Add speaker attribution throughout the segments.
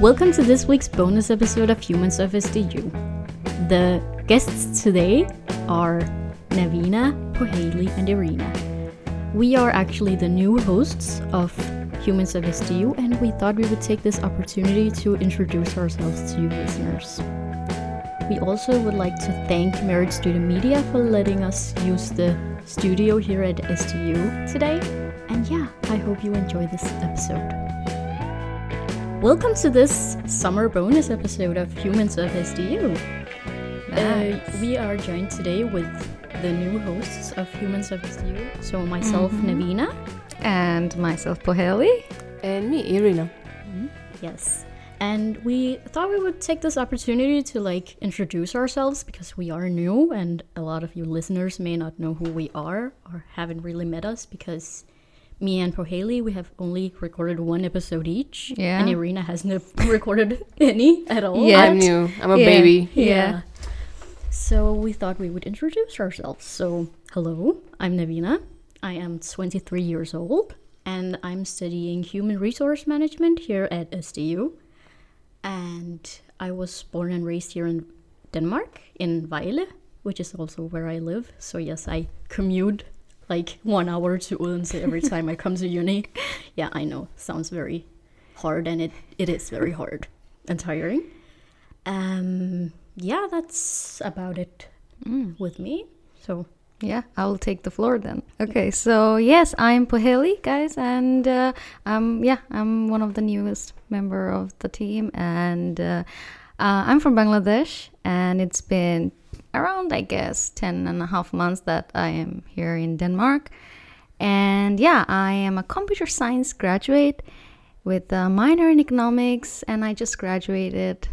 Speaker 1: Welcome to this week's bonus episode of Human Surface DU. The guests today are Navina, Pohaley, and Irina. We are actually the new hosts of Human Surface DU, and we thought we would take this opportunity to introduce ourselves to you listeners. We also would like to thank Marriage Student Media for letting us use the studio here at STU today. And yeah, I hope you enjoy this episode. Welcome to this summer bonus episode of Humans of SDU. Uh, we are joined today with the new hosts of Humans of SDU. So myself, Navina.
Speaker 2: And myself, Poheli.
Speaker 3: And me, Irina.
Speaker 1: Yes. And we thought we would take this opportunity to like introduce ourselves because we are new and a lot of you listeners may not know who we are or haven't really met us because me and Pohaley we have only recorded one episode each.
Speaker 2: Yeah.
Speaker 1: And Irina hasn't recorded any at all.
Speaker 2: Yeah.
Speaker 3: I'm new. I'm a
Speaker 2: Yeah.
Speaker 3: Oh, baby.
Speaker 2: Yeah.
Speaker 1: So we thought we would introduce ourselves. So, hello, I'm Navina. I am 23 years old and I'm studying human resource management here at SDU. And I was born and raised here in Denmark, in Vejle, which is also where I live. So, yes, I commute like one hour to Odense every time I come to uni. Yeah, I know, sounds very hard, and it, it is very hard and tiring. Um, yeah, that's about it
Speaker 2: Mm.
Speaker 1: with me. So
Speaker 2: Yeah, I will take the floor then. Okay, so yes, I'm Poheli, guys, and uh, um, yeah, I'm one of the newest member of the team, and uh, uh, I'm from Bangladesh, and it's been around, I guess, 10 and a half months that I am here in Denmark, and yeah, I am a computer science graduate with a minor in economics, and I just graduated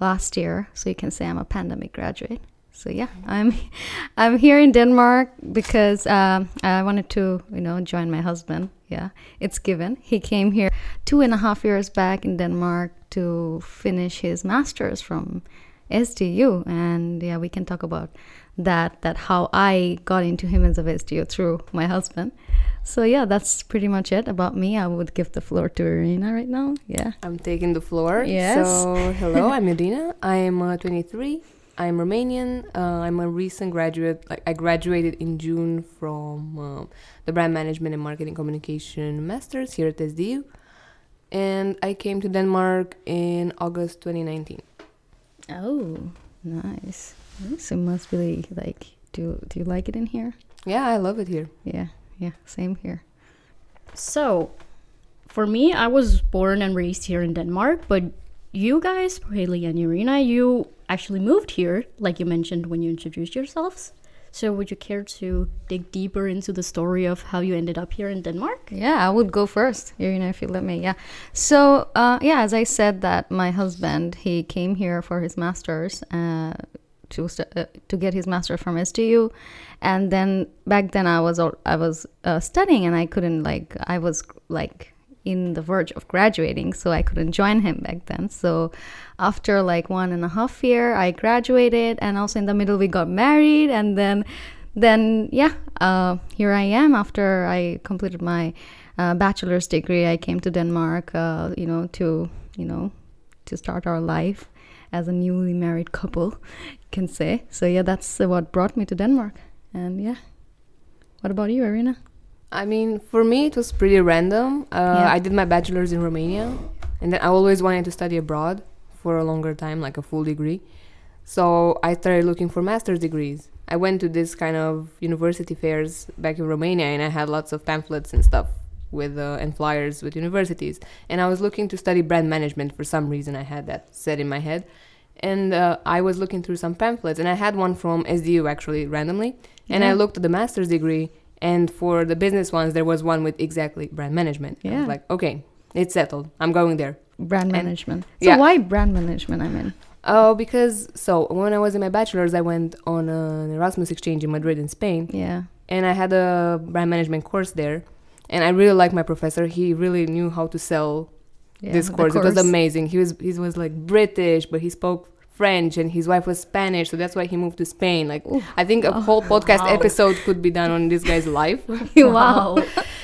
Speaker 2: last year, so you can say I'm a pandemic graduate. So yeah, I'm I'm here in Denmark because um, I wanted to you know join my husband. Yeah, it's given. He came here two and a half years back in Denmark to finish his masters from SDU, and yeah, we can talk about that that how I got into Humans of SDU through my husband. So yeah, that's pretty much it about me. I would give the floor to Irina right now. Yeah.
Speaker 3: I'm taking the floor.
Speaker 2: Yes.
Speaker 3: So, hello, I'm Irina. I'm uh, 23. I'm Romanian. Uh, I'm a recent graduate. Like, I graduated in June from uh, the Brand Management and Marketing Communication Masters here at SDU. And I came to Denmark in August 2019.
Speaker 2: Oh, nice. So must really like do do you like it in here?
Speaker 3: Yeah, I love it here.
Speaker 2: Yeah, yeah, same here.
Speaker 1: so for me, I was born and raised here in Denmark, but you guys, Haley and Irina, you actually moved here, like you mentioned when you introduced yourselves. So would you care to dig deeper into the story of how you ended up here in Denmark?
Speaker 2: Yeah, I would go first, Irina, if you let me. Yeah. So, uh, yeah, as I said, that my husband he came here for his masters uh, to st- uh, to get his master from STU, and then back then I was al- I was uh, studying and I couldn't like I was like in the verge of graduating, so I couldn't join him back then. So after like one and a half year, I graduated, and also in the middle we got married, and then then yeah, uh, here I am. After I completed my uh, bachelor's degree, I came to Denmark, uh, you know, to you know, to start our life as a newly married couple, you can say. So yeah, that's uh, what brought me to Denmark. And yeah, what about you, Irina?
Speaker 3: I mean, for me, it was pretty random. Uh,
Speaker 2: Yeah.
Speaker 3: I did my bachelor's in Romania, and then I always wanted to study abroad for a longer time, like a full degree. So I started looking for master's degrees. I went to this kind of university fairs back in Romania, and I had lots of pamphlets and stuff with uh, and flyers with universities. And I was looking to study brand management for some reason. I had that set in my head, and uh, I was looking through some pamphlets, and I had one from SDU actually randomly, and I
Speaker 2: Yeah.
Speaker 3: looked at the master's degree. And for the business ones, there was one with exactly brand management. I
Speaker 2: Yeah.
Speaker 3: was like, okay, it's settled. I'm going there.
Speaker 2: Brand
Speaker 3: And-
Speaker 2: management.
Speaker 3: yeah.
Speaker 2: So why brand management? I mean,
Speaker 3: Oh, because so when I was in my bachelor's, I went on an Erasmus exchange in Madrid, in Spain,
Speaker 2: yeah,
Speaker 3: and I had a brand management course there. And I really liked my professor. He really knew how to sell
Speaker 2: yeah
Speaker 3: this
Speaker 2: the
Speaker 3: course. It was amazing. He was he was like British, but he spoke French, and his wife was Spanish, so that's why he moved to Spain. Like
Speaker 2: Ooh.
Speaker 3: I think a whole podcast episode could be done on this guy's life.
Speaker 2: wow.
Speaker 1: Wow.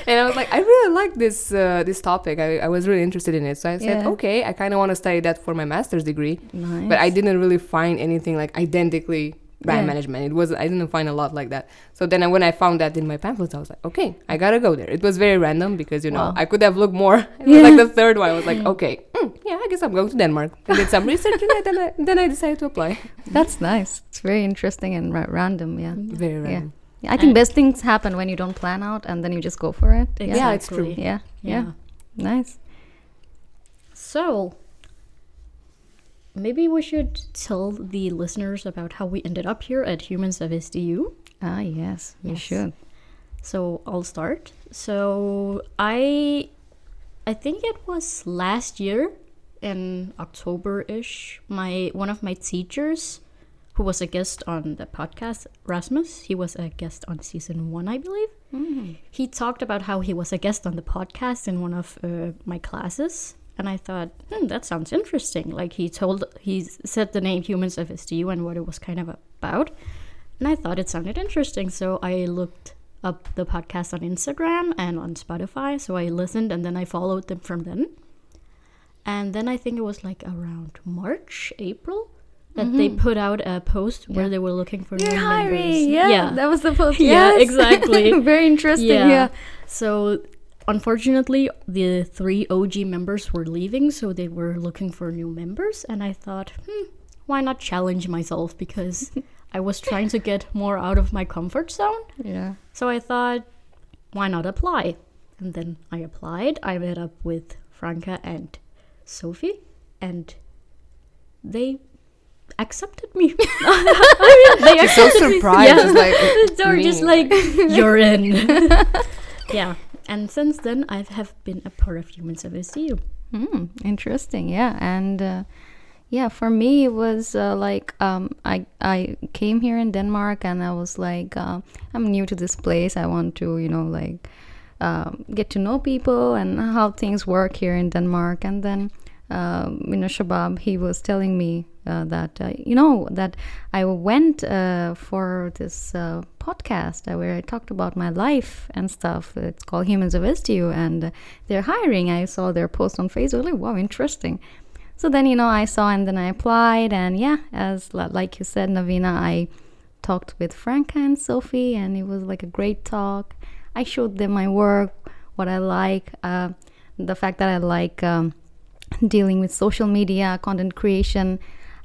Speaker 3: and I was like, I really like this uh, this topic. I, I was really interested in it. So I said,
Speaker 2: Yeah.
Speaker 3: okay, I kind of want to study that for my master's degree.
Speaker 2: Nice.
Speaker 3: But I didn't really find anything like identically brand
Speaker 2: Yeah.
Speaker 3: management. It was I didn't find a lot like that. So then I, when I found that in my pamphlets, I was like, okay, I gotta go there. It was very random because you know
Speaker 1: Wow.
Speaker 3: I could have looked more. It was
Speaker 2: Yeah.
Speaker 3: like the third one. I was like, okay, mm, yeah, I guess I'm going to Denmark. I did some research and then I, then I decided to apply.
Speaker 2: That's nice. It's very interesting and ra- random. Yeah.
Speaker 3: Very
Speaker 2: Yeah.
Speaker 3: random.
Speaker 2: yeah. I think
Speaker 1: And-
Speaker 2: best things happen when you don't plan out and then you just go for it. Yeah.
Speaker 3: it's true.
Speaker 1: Exactly.
Speaker 2: Yeah. Yeah. Nice.
Speaker 1: So, maybe we should tell the listeners about how we ended up here at Humans of SDU.
Speaker 2: Ah, yes. You
Speaker 1: Yes.
Speaker 2: should.
Speaker 1: So I'll start. So I, I think it was last year in October ish. My one of my teachers, who was a guest on the podcast, Rasmus. He was a guest on season one, I believe. He talked about how he was a guest on the podcast in one of uh, my classes. And I thought, hmm, that sounds interesting. Like he told, he said the name Humans of SDU and what it was kind of about. And I thought it sounded interesting, so I looked up the podcast on Instagram and on Spotify. So I listened and then I followed them from then. And then I think it was like around March, April that they put out a post where they were looking for new members.
Speaker 2: Yeah, That was the post.
Speaker 1: Yeah,
Speaker 2: Yes.
Speaker 1: exactly.
Speaker 2: very interesting. Yeah.
Speaker 1: So unfortunately, the three OG members were leaving, so they were looking for new members, and I thought, hmm, why not challenge myself because I was trying to get more out of my comfort zone.
Speaker 2: Yeah.
Speaker 1: So I thought, why not apply? And then I applied. I met up with Franca and Sophie, and they accepted me. I mean, they
Speaker 3: It's so surprised.
Speaker 1: Yeah.
Speaker 3: It's like,
Speaker 1: they were just
Speaker 3: me.
Speaker 1: like, you're in. yeah. And since then, I have been a part of Human Service EU.
Speaker 2: Hmm, interesting. Yeah, and uh, yeah, for me it was uh, like um, I I came here in Denmark and I was like uh, I'm new to this place. I want to you know like um, get to know people and how things work here in Denmark. And then um, you know Shabab he was telling me uh, that uh, you know that I went uh, for this uh, podcast uh, where I talked about my life and stuff. It's called Humans of SDU, and uh, they're hiring. I saw their post on Facebook. Like, wow, interesting. So then you know I saw and then I applied, and yeah, as li- like you said, Navina, I talked with Franca and Sophie, and it was like a great talk. I showed them my work, what I like, uh, the fact that I like. Um, dealing with social media, content creation.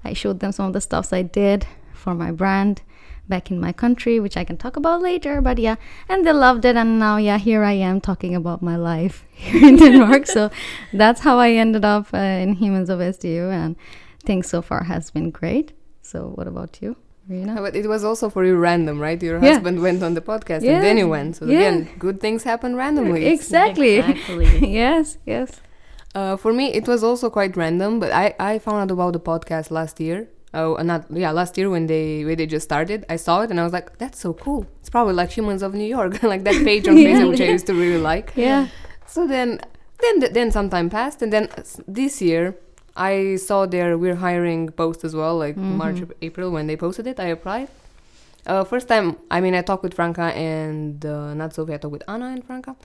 Speaker 2: I showed them some of the stuffs I did for my brand back in my country, which I can talk about later. But yeah, and they loved it. And now, yeah, here I am talking about my life here in Denmark. so that's how I ended up uh, in Humans of SDU. And things so far has been great. So what about you, Rina?
Speaker 3: But it was also for you random, right? Your
Speaker 2: Yeah.
Speaker 3: husband went on the podcast
Speaker 2: Yeah.
Speaker 3: and then you went. So
Speaker 2: Yeah.
Speaker 3: again, good things happen randomly. It's-
Speaker 2: Exactly.
Speaker 1: Exactly.
Speaker 2: yes, yes.
Speaker 3: Uh, for me, it was also quite random, but I, I found out about the podcast last year. Oh, uh, not yeah, last year when they when they just started, I saw it and I was like, that's so cool. It's probably like Humans of New York, like that page on
Speaker 2: Yeah.
Speaker 3: Facebook which I used to really like.
Speaker 2: Yeah.
Speaker 3: So then, then th- then some time passed, and then s- this year I saw their we're hiring post as well, like March April when they posted it. I applied. Uh, first time, I mean, I talked with Franca and uh, not Sophie. I talked with Anna and Franca.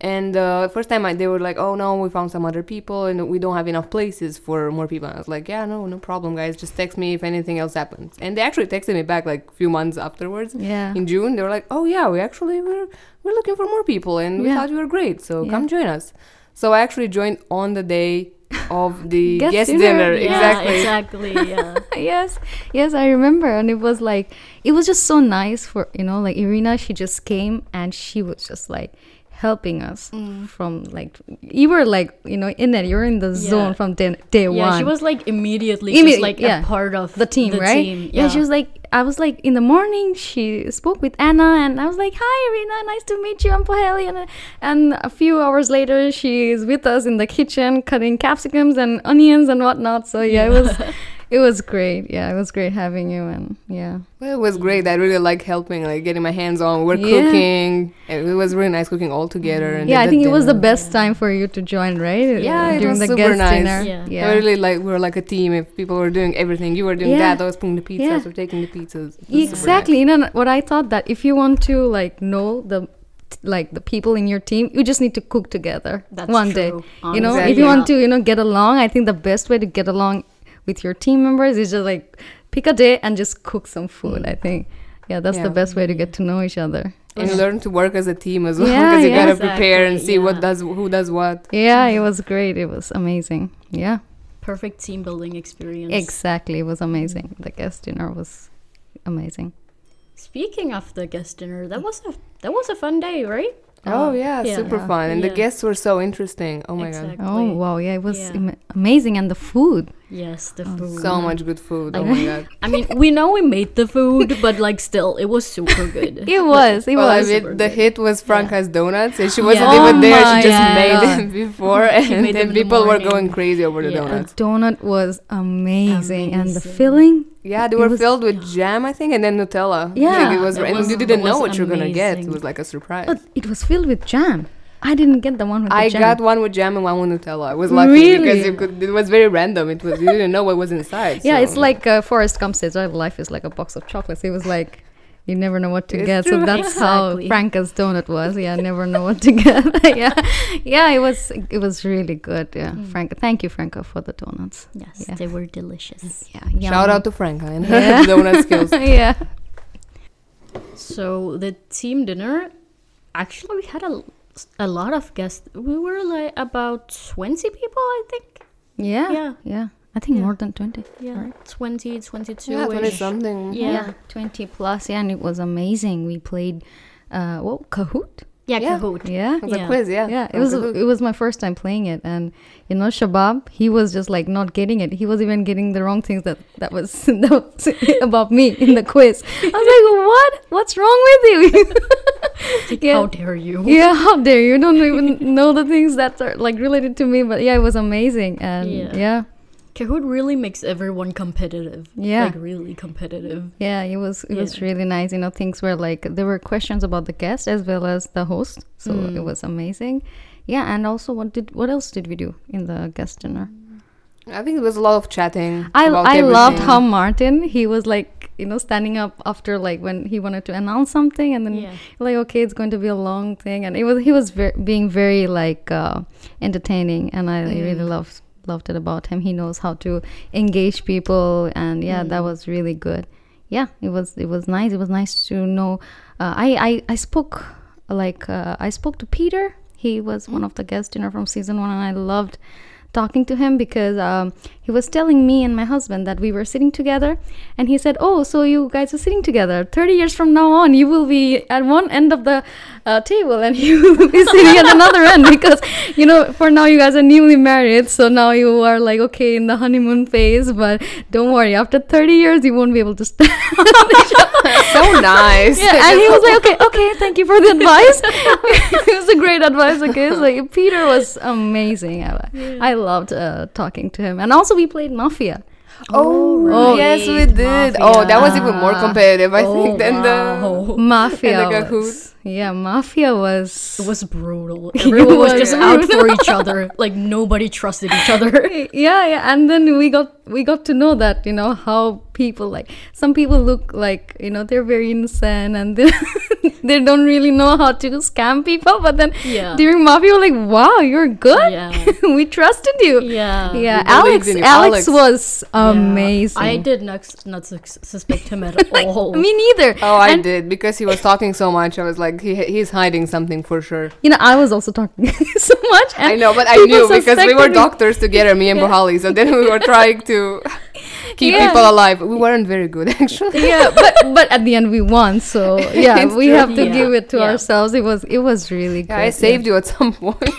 Speaker 3: And uh, first time I, they were like, "Oh no, we found some other people, and we don't have enough places for more people." And I was like, "Yeah, no, no problem, guys. Just text me if anything else happens." And they actually texted me back like few months afterwards
Speaker 2: Yeah.
Speaker 3: in June, they were like, "Oh yeah, we actually were we're looking for more people, and we
Speaker 2: Yeah.
Speaker 3: thought you were great, so
Speaker 2: Yeah.
Speaker 3: come join us." So I actually joined on the day of the
Speaker 2: Guest
Speaker 3: guest,
Speaker 2: dinner,
Speaker 3: dinner.
Speaker 2: yeah.
Speaker 3: Exactly.
Speaker 1: exactly. Yeah.
Speaker 2: yes yes i remember and it was like it was just so nice for you know like irina she just came and she was just like helping us
Speaker 1: Mm.
Speaker 2: from like you were like you know in it you're in the
Speaker 1: Yeah.
Speaker 2: zone from day, day one
Speaker 1: Yeah, she was like immediately
Speaker 2: Imme-
Speaker 1: just like
Speaker 2: yeah.
Speaker 1: a part of
Speaker 2: the team, right?
Speaker 1: team,
Speaker 2: yeah. she was like, I was like, in the morning, she spoke with Anna, and I was like, Hi, Irina, nice to meet you. I'm Poheli. And, and a few hours later, she is with us in the kitchen cutting capsicums and onions and whatnot. So, yeah, it was. It was great. Yeah, it was great having you. And yeah,
Speaker 3: Well, it was great. I really like helping, like getting my hands on. We're
Speaker 2: Yeah.
Speaker 3: cooking. and It was really nice cooking all together. And
Speaker 2: yeah,
Speaker 3: then
Speaker 2: I
Speaker 3: the
Speaker 2: think it was the
Speaker 3: dinner.
Speaker 2: best time for you to join, right?
Speaker 3: Yeah, it was super nice.
Speaker 1: Yeah.
Speaker 2: Yeah.
Speaker 3: I really like we were like a team. If people were doing everything, you were doing
Speaker 2: Yeah.
Speaker 3: that. I was putting the pizzas
Speaker 2: Yeah.
Speaker 3: or taking the pizzas. It was super nice.
Speaker 2: exactly you know what i thought that if you want to like know the t- like the people in your team, you just need to cook together
Speaker 1: That's
Speaker 2: one day.
Speaker 1: true,
Speaker 2: You know,
Speaker 3: honestly.
Speaker 2: if you want
Speaker 1: Yeah.
Speaker 2: to, you know, get along, I think the best way to get along with your team members is just like pick a day and just cook some food. I think, yeah, that's the
Speaker 3: Yeah.
Speaker 2: best way to get to know each other.
Speaker 3: and learn to work as a team as well
Speaker 2: Yeah,
Speaker 3: because you
Speaker 2: yeah.
Speaker 3: gotta prepare and
Speaker 1: Exactly,
Speaker 3: see what
Speaker 1: yeah.
Speaker 3: does who does what.
Speaker 2: Yeah, it was great. It was amazing. Yeah,
Speaker 1: Perfect team building experience.
Speaker 2: exactly. It was amazing. The guest dinner was amazing.
Speaker 1: Speaking of the guest dinner, that was a that was a fun day, right?
Speaker 3: Oh yeah,
Speaker 1: yeah.
Speaker 3: super
Speaker 2: Yeah.
Speaker 3: fun, and
Speaker 1: Yeah.
Speaker 3: the guests were so interesting. Oh my
Speaker 1: exactly.
Speaker 2: Oh wow, yeah, it was
Speaker 1: Yeah.
Speaker 2: ama- amazing, and the food.
Speaker 1: Yes, the
Speaker 2: Oh,
Speaker 1: food.
Speaker 3: god, so much good food.
Speaker 1: I
Speaker 3: Oh my god.
Speaker 1: I mean, we know we made the food, but like still, it was super good.
Speaker 2: It was. It
Speaker 3: well,
Speaker 2: was.
Speaker 3: I mean, the hit was Franca's donuts, and she wasn't
Speaker 1: Yeah.
Speaker 3: even there.
Speaker 2: Oh
Speaker 3: She just
Speaker 2: my
Speaker 3: made
Speaker 2: God.
Speaker 3: them before,
Speaker 1: She
Speaker 3: and
Speaker 1: made them
Speaker 3: then
Speaker 1: in the
Speaker 3: people were going
Speaker 1: morning.
Speaker 3: crazy over the
Speaker 1: Yeah.
Speaker 2: The
Speaker 3: donuts.
Speaker 2: donut was amazing, and the
Speaker 1: Amazing.
Speaker 2: filling.
Speaker 3: Yeah, they
Speaker 2: It
Speaker 3: were
Speaker 2: was-
Speaker 3: filled with jam, I think, and then Nutella.
Speaker 2: Yeah.
Speaker 3: like it was,
Speaker 1: It
Speaker 3: and
Speaker 1: was-
Speaker 3: you didn't
Speaker 1: it
Speaker 3: know
Speaker 1: was
Speaker 3: what you're gonna get. It
Speaker 1: amazing.
Speaker 3: was like a surprise.
Speaker 2: But it was filled with jam. I didn't get the one with the
Speaker 3: I
Speaker 2: jam.
Speaker 3: got one with jam and one with Nutella. I was lucky because
Speaker 2: Really?
Speaker 3: it, could, it was very random. It was you didn't know what was inside.
Speaker 2: yeah,
Speaker 3: so-
Speaker 2: it's like uh, Forrest Gump says, "Well, life is like a box of chocolates." It was like you never know what to
Speaker 3: It's
Speaker 2: get. So
Speaker 3: true.
Speaker 2: that's
Speaker 1: Exactly.
Speaker 2: how Franca's donut was. Yeah, never know what to get. yeah, yeah, it was. It was really good. Yeah, Franca. Thank you, Franca, for the donuts.
Speaker 1: Yes,
Speaker 2: Yeah.
Speaker 1: they were delicious.
Speaker 2: Yeah,
Speaker 3: shout
Speaker 2: yum.
Speaker 3: out to Franca and her
Speaker 2: Yeah.
Speaker 3: donut skills.
Speaker 2: yeah.
Speaker 1: So the team dinner, actually, we had a, a lot of guests. We were like about twenty people, I think.
Speaker 2: Yeah.
Speaker 1: Yeah.
Speaker 2: Yeah. I think
Speaker 1: Yeah.
Speaker 2: more than 20.
Speaker 1: Yeah,
Speaker 2: right?
Speaker 1: 20, 22
Speaker 3: yeah, twenty
Speaker 1: -ish.
Speaker 3: something.
Speaker 1: Yeah.
Speaker 2: 20 plus. Yeah. And it was amazing. We played, uh, what, Kahoot?
Speaker 1: Yeah,
Speaker 3: Yeah.
Speaker 1: Kahoot.
Speaker 2: Yeah.
Speaker 3: It was
Speaker 1: Yeah.
Speaker 3: a quiz. Yeah,
Speaker 2: Yeah, it was
Speaker 3: a-
Speaker 2: it was my first time playing it, and you know Shabab, he was just like not getting it. He was even getting the wrong things that that was, that was about me in the quiz. I was like, what? What's wrong with you? yeah,
Speaker 1: How dare you?
Speaker 2: yeah, how dare you? Don't even know the things that are like related to me. But yeah, it was amazing, and
Speaker 1: Yeah.
Speaker 2: yeah,
Speaker 1: Kahoot really makes everyone competitive.
Speaker 2: Yeah.
Speaker 1: Like, really competitive.
Speaker 2: Yeah, it was it was
Speaker 1: Yeah.
Speaker 2: really nice. You know, things were like there were questions about the guest as well as the host, so it
Speaker 1: Mm.
Speaker 2: was amazing. Yeah, and also what did what else did we do in the guest dinner?
Speaker 3: I think it was a lot of chatting.
Speaker 2: I
Speaker 3: about
Speaker 2: I loved
Speaker 3: everything.
Speaker 2: how Martin he was like you know standing up after like when he wanted to announce something and then
Speaker 1: Yeah.
Speaker 2: like okay it's going to be a long thing and it was he was ver- being very like uh, entertaining and I
Speaker 3: Mm.
Speaker 2: really loved loved it about him. He knows how to engage people and yeah that
Speaker 3: Mm.
Speaker 2: was really good. Yeah, it was it was nice. It was nice to know. Uh, I, I I spoke like uh, I spoke to Peter. He was one of the guest dinner from season one, and I loved talking to him because um, he was telling me and my husband that we were sitting together and he said oh so you guys are sitting together 30 years from now on you will be at one end of the uh, table and you will be sitting at another end because you know for now you guys are newly married so now you are like okay in the honeymoon phase but don't worry after 30 years you won't be able to stand
Speaker 3: so nice.
Speaker 2: yeah, and he was like, okay, okay, thank you for the advice. it was a great advice. Okay, so like, Peter was amazing. I, I loved uh, talking to him, and also we played Mafia.
Speaker 3: Oh,
Speaker 2: Oh,
Speaker 3: yes, we
Speaker 1: right,
Speaker 3: did. Oh, that was even more
Speaker 2: Ah.
Speaker 3: competitive, I
Speaker 1: Oh,
Speaker 3: think, than the.
Speaker 1: wow.
Speaker 2: Mafia,
Speaker 3: And the
Speaker 2: was, yeah, Mafia was.
Speaker 1: It was brutal. Everyone was
Speaker 2: was
Speaker 1: just out for each other. Like, nobody trusted each other.
Speaker 2: yeah, yeah, and then we got we got to know that you know how people like some people look like you know they're very innocent and they, they don't really know how to scam people, but then
Speaker 1: Yeah.
Speaker 2: during Mafia, we're like, wow, you're good.
Speaker 1: Yeah.
Speaker 2: we trusted you.
Speaker 1: Yeah.
Speaker 2: yeah
Speaker 3: We
Speaker 2: alex
Speaker 3: believed in you.
Speaker 2: alex
Speaker 3: Alex.
Speaker 2: was
Speaker 1: Yeah.
Speaker 2: amazing
Speaker 1: I did not, not sus- suspect him at all.
Speaker 2: me neither
Speaker 3: Oh, I
Speaker 2: And,
Speaker 3: did because he was talking so much. I was like, he, he's hiding something for sure.
Speaker 2: you know i was also talking so much and
Speaker 3: I know, but I
Speaker 2: people
Speaker 3: knew because we
Speaker 2: suspected
Speaker 3: were
Speaker 2: me.
Speaker 3: doctors together, me and Bohali. So then we were trying to keep
Speaker 2: Yeah.
Speaker 3: people alive. We weren't very good, actually.
Speaker 2: yeah but but at the end we won so yeah
Speaker 3: It's
Speaker 2: we
Speaker 3: true.
Speaker 2: have to
Speaker 1: Yeah.
Speaker 2: give it to
Speaker 1: Yeah.
Speaker 2: ourselves it was it was really good
Speaker 3: Yeah, I saved you at some point.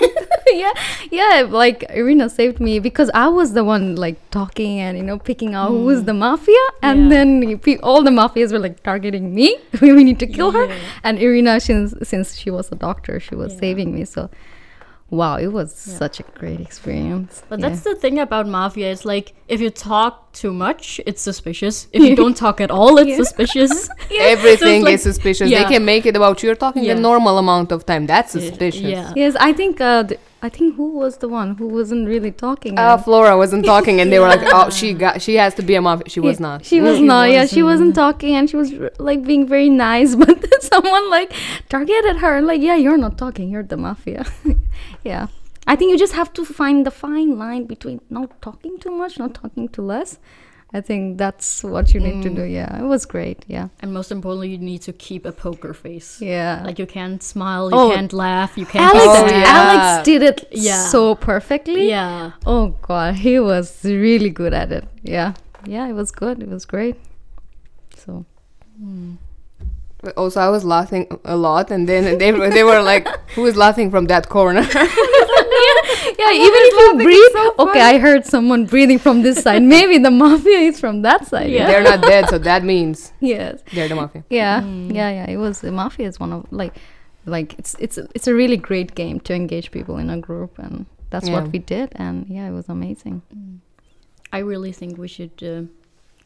Speaker 2: yeah yeah like irina saved me because i was the one like talking and you know picking out who's the mafia and
Speaker 1: Hmm. Yeah.
Speaker 2: then you pe- all the mafias were like targeting me we need to kill her and irina since since she was a doctor she was saving me so wow it was such a great experience
Speaker 1: But
Speaker 2: Yeah.
Speaker 1: that's the thing about mafia. It's like if you talk too much, it's suspicious. If you don't talk at all, it's suspicious.
Speaker 3: Everything
Speaker 1: like-
Speaker 3: is suspicious.
Speaker 1: yeah.
Speaker 3: They can make it about you're talking
Speaker 1: Yeah.
Speaker 3: the normal amount of time. That's
Speaker 1: Yeah.
Speaker 3: suspicious.
Speaker 1: Yeah.
Speaker 2: yes i think uh, th- I think who was the one who wasn't really talking?
Speaker 3: Uh,
Speaker 2: and-
Speaker 3: Flora wasn't talking, and they were like, "Oh, she got, she has to be a mafia." She was
Speaker 2: Yeah,
Speaker 3: not.
Speaker 2: She
Speaker 1: No,
Speaker 2: was
Speaker 1: she
Speaker 2: not. Yeah,
Speaker 1: wasn't.
Speaker 2: she wasn't talking, and she was r- like being very nice, but then someone like targeted her. and Like, yeah, you're not talking. You're the mafia. yeah, I think you just have to find the fine line between not talking too much, not talking too less. I think that's what you need to do. Yeah, it was great. Yeah,
Speaker 1: And most importantly, you need to keep a poker face.
Speaker 2: yeah.
Speaker 1: Like you can't smile, you
Speaker 2: Oh.
Speaker 1: can't laugh, you can't.
Speaker 2: Alex,
Speaker 1: be
Speaker 3: Oh,
Speaker 1: sad.
Speaker 3: yeah.
Speaker 2: Alex did it
Speaker 1: Yeah.
Speaker 2: so perfectly.
Speaker 1: yeah.
Speaker 2: Oh god, he was really good at it. Yeah, yeah, it was good. It was great. So
Speaker 3: But also, I was laughing a lot, and then they were- they were like, "Who is laughing from that corner?"
Speaker 2: yeah, even if you breathe, okay, I heard someone breathing from this side. Maybe the mafia is from that side. Yeah.
Speaker 3: They're not dead, so that means
Speaker 2: Yes.
Speaker 3: they're the mafia.
Speaker 2: Yeah.
Speaker 3: Hmm.
Speaker 2: Yeah. Yeah. It was the mafia is one of like, like it's it's a- it's a really great game to engage people in a group, and that's
Speaker 3: Yeah.
Speaker 2: what we did. And yeah, it was amazing.
Speaker 1: I really think we should uh,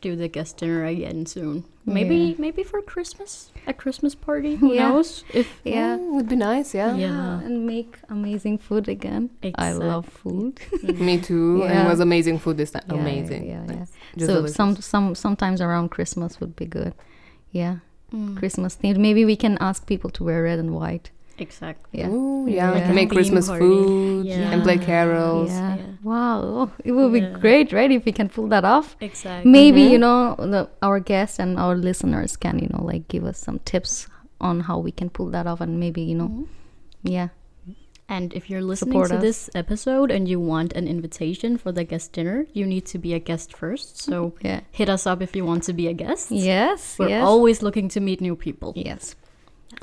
Speaker 1: do the guest dinner again soon. Maybe
Speaker 2: Yeah.
Speaker 1: maybe for Christmas, a Christmas party. Who
Speaker 2: Yeah.
Speaker 1: knows? If
Speaker 2: Yeah.
Speaker 3: Mm, would be nice. Yeah,
Speaker 1: Yeah.
Speaker 2: And make amazing food again. I love food.
Speaker 3: me too. And
Speaker 2: Yeah.
Speaker 3: it was amazing food this time.
Speaker 2: Yeah,
Speaker 3: amazing.
Speaker 2: Yeah.
Speaker 3: Like,
Speaker 2: Yeah.
Speaker 3: just
Speaker 2: so
Speaker 3: delicious.
Speaker 2: some some sometimes around Christmas would be good. Yeah.
Speaker 3: Hmm.
Speaker 1: Mm.
Speaker 2: Christmas themed. Maybe we can ask people to wear red and white.
Speaker 1: Exactly.
Speaker 2: Yeah.
Speaker 3: Ooh, yeah,
Speaker 2: Like a
Speaker 3: make
Speaker 1: theme
Speaker 3: Christmas
Speaker 1: party.
Speaker 3: food
Speaker 1: Yeah.
Speaker 3: and play carols.
Speaker 2: Yeah.
Speaker 1: Yeah.
Speaker 2: Wow. Oh, it will
Speaker 1: Yeah.
Speaker 2: be great, right? If we can pull that off.
Speaker 1: Exactly.
Speaker 2: Maybe, you know, the, our guests and our listeners can, you know, like give us some tips on how we can pull that off and maybe, you know,
Speaker 1: Mm-hmm.
Speaker 2: yeah.
Speaker 1: And if you're listening
Speaker 2: Support
Speaker 1: to
Speaker 2: us.
Speaker 1: this episode and you want an invitation for the guest dinner, you need to be a guest first. So
Speaker 2: Yeah.
Speaker 1: hit us up if you want to be a guest.
Speaker 2: Mm-hmm. Yes.
Speaker 1: We're
Speaker 2: yes.
Speaker 1: always looking to meet new people.
Speaker 2: yes.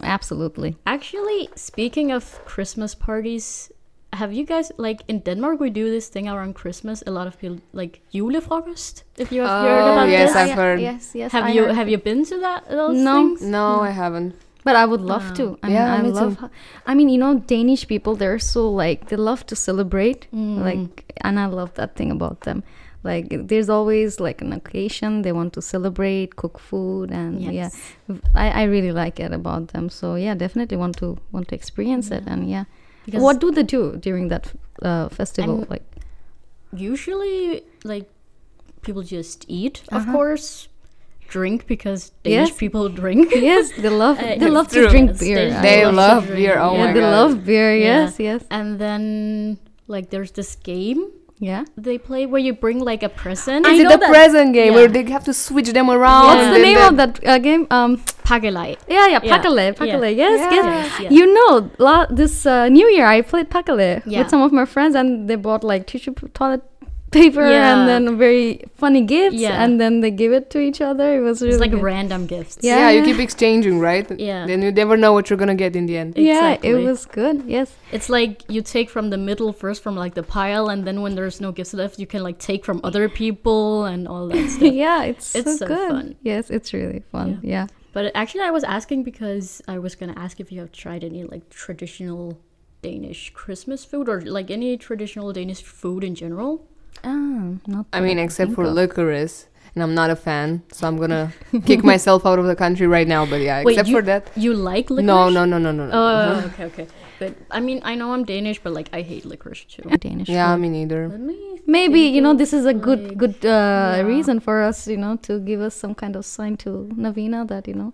Speaker 2: Absolutely.
Speaker 1: Actually, speaking of Christmas parties, have you guys like in Denmark we do this thing around Christmas? A lot of people like julefrokost. If you have heard
Speaker 3: Oh,
Speaker 1: about
Speaker 3: yes,
Speaker 1: this,
Speaker 3: I've heard.
Speaker 2: Yes, yes.
Speaker 1: have
Speaker 2: I
Speaker 1: you
Speaker 2: heard.
Speaker 1: have you been to that those
Speaker 2: No.
Speaker 1: things?
Speaker 3: No, I haven't.
Speaker 2: But I would love to. I mean,
Speaker 3: Yeah,
Speaker 2: I
Speaker 3: me
Speaker 2: love.
Speaker 3: too.
Speaker 2: ho- I mean, you know, Danish people, they're so like, they love to celebrate. Like, and I love that thing about them. Like, there's always like an occasion they want to celebrate, cook food, and
Speaker 1: Yes.
Speaker 2: yeah, I, I really like it about them. So yeah, definitely want to want to experience it, and yeah.
Speaker 1: Because-
Speaker 2: what do they do during that uh, festival?
Speaker 1: I'm-
Speaker 2: like,
Speaker 1: Usually, like people just eat, of course, drink because Danish
Speaker 2: Uh-huh. Yes.
Speaker 1: people drink.
Speaker 2: yes, they love
Speaker 1: Uh,
Speaker 2: they love to
Speaker 3: true.
Speaker 2: drink
Speaker 1: Yes,
Speaker 2: beer.
Speaker 1: there's-
Speaker 2: I
Speaker 3: They
Speaker 1: love to
Speaker 3: love
Speaker 1: drink.
Speaker 3: beer. Oh
Speaker 2: yeah,
Speaker 3: my
Speaker 2: they
Speaker 3: god.
Speaker 2: love beer.
Speaker 1: Yeah.
Speaker 2: Yes, yes,
Speaker 1: And then like there's this game
Speaker 2: yeah.
Speaker 1: they play where you bring like a present.
Speaker 3: Is
Speaker 2: I
Speaker 3: it
Speaker 2: know
Speaker 3: the
Speaker 2: that-
Speaker 3: present game
Speaker 1: yeah.
Speaker 3: where they have to switch them
Speaker 1: Yeah.
Speaker 3: around?
Speaker 2: What's the
Speaker 3: and
Speaker 2: name
Speaker 3: then-
Speaker 2: of that uh, game? Um,
Speaker 1: Pagelai.
Speaker 2: Yeah, yeah,
Speaker 1: Yeah.
Speaker 2: Pakale, Pakale. Yes,
Speaker 3: Yeah.
Speaker 2: yes.
Speaker 1: Yes, yes.
Speaker 2: You know, la- this uh, New Year I played Pakale
Speaker 1: Yeah.
Speaker 2: with some of my friends, and they bought like tissue p- toilet paper
Speaker 1: Yeah.
Speaker 2: and then very funny gifts,
Speaker 1: Yeah.
Speaker 2: and then they give it to each other. It was really
Speaker 1: It's like
Speaker 2: good.
Speaker 1: random gifts.
Speaker 2: Yeah.
Speaker 3: Yeah, you keep exchanging, right?
Speaker 1: Yeah.
Speaker 3: Then you never know what you're gonna get in the end.
Speaker 2: yeah,
Speaker 1: Exactly.
Speaker 2: it was good. Yes,
Speaker 1: It's like you take from the middle first from like the pile, and then when there's no gifts left, you can like take from other people and all that stuff.
Speaker 2: yeah, it's,
Speaker 1: It's so
Speaker 2: good.
Speaker 1: fun.
Speaker 2: Yes, it's really fun. Yeah.
Speaker 1: But actually, I was asking because I was gonna ask if you have tried any like traditional Danish Christmas food or like any traditional Danish food in general.
Speaker 2: Ah, not
Speaker 3: I
Speaker 2: that
Speaker 3: mean,
Speaker 2: can
Speaker 3: except
Speaker 2: think
Speaker 3: for
Speaker 2: of.
Speaker 3: licorice, and I'm not a fan, so I'm gonna kick myself out of the country right now. But yeah,
Speaker 1: Wait,
Speaker 3: except
Speaker 1: you,
Speaker 3: for that,
Speaker 1: you like licorice?
Speaker 3: no, no, no, no, no, no.
Speaker 1: Oh, okay, okay. But I mean, I know I'm Danish, but like I hate licorice too.
Speaker 2: Danish.
Speaker 3: yeah,
Speaker 2: food.
Speaker 3: me neither.
Speaker 1: Let me
Speaker 2: Maybe
Speaker 1: think
Speaker 2: you know
Speaker 1: of,
Speaker 2: this is a good
Speaker 1: like-
Speaker 2: good uh,
Speaker 1: yeah.
Speaker 2: reason for us, you know, to give us some kind of sign to Navina that you know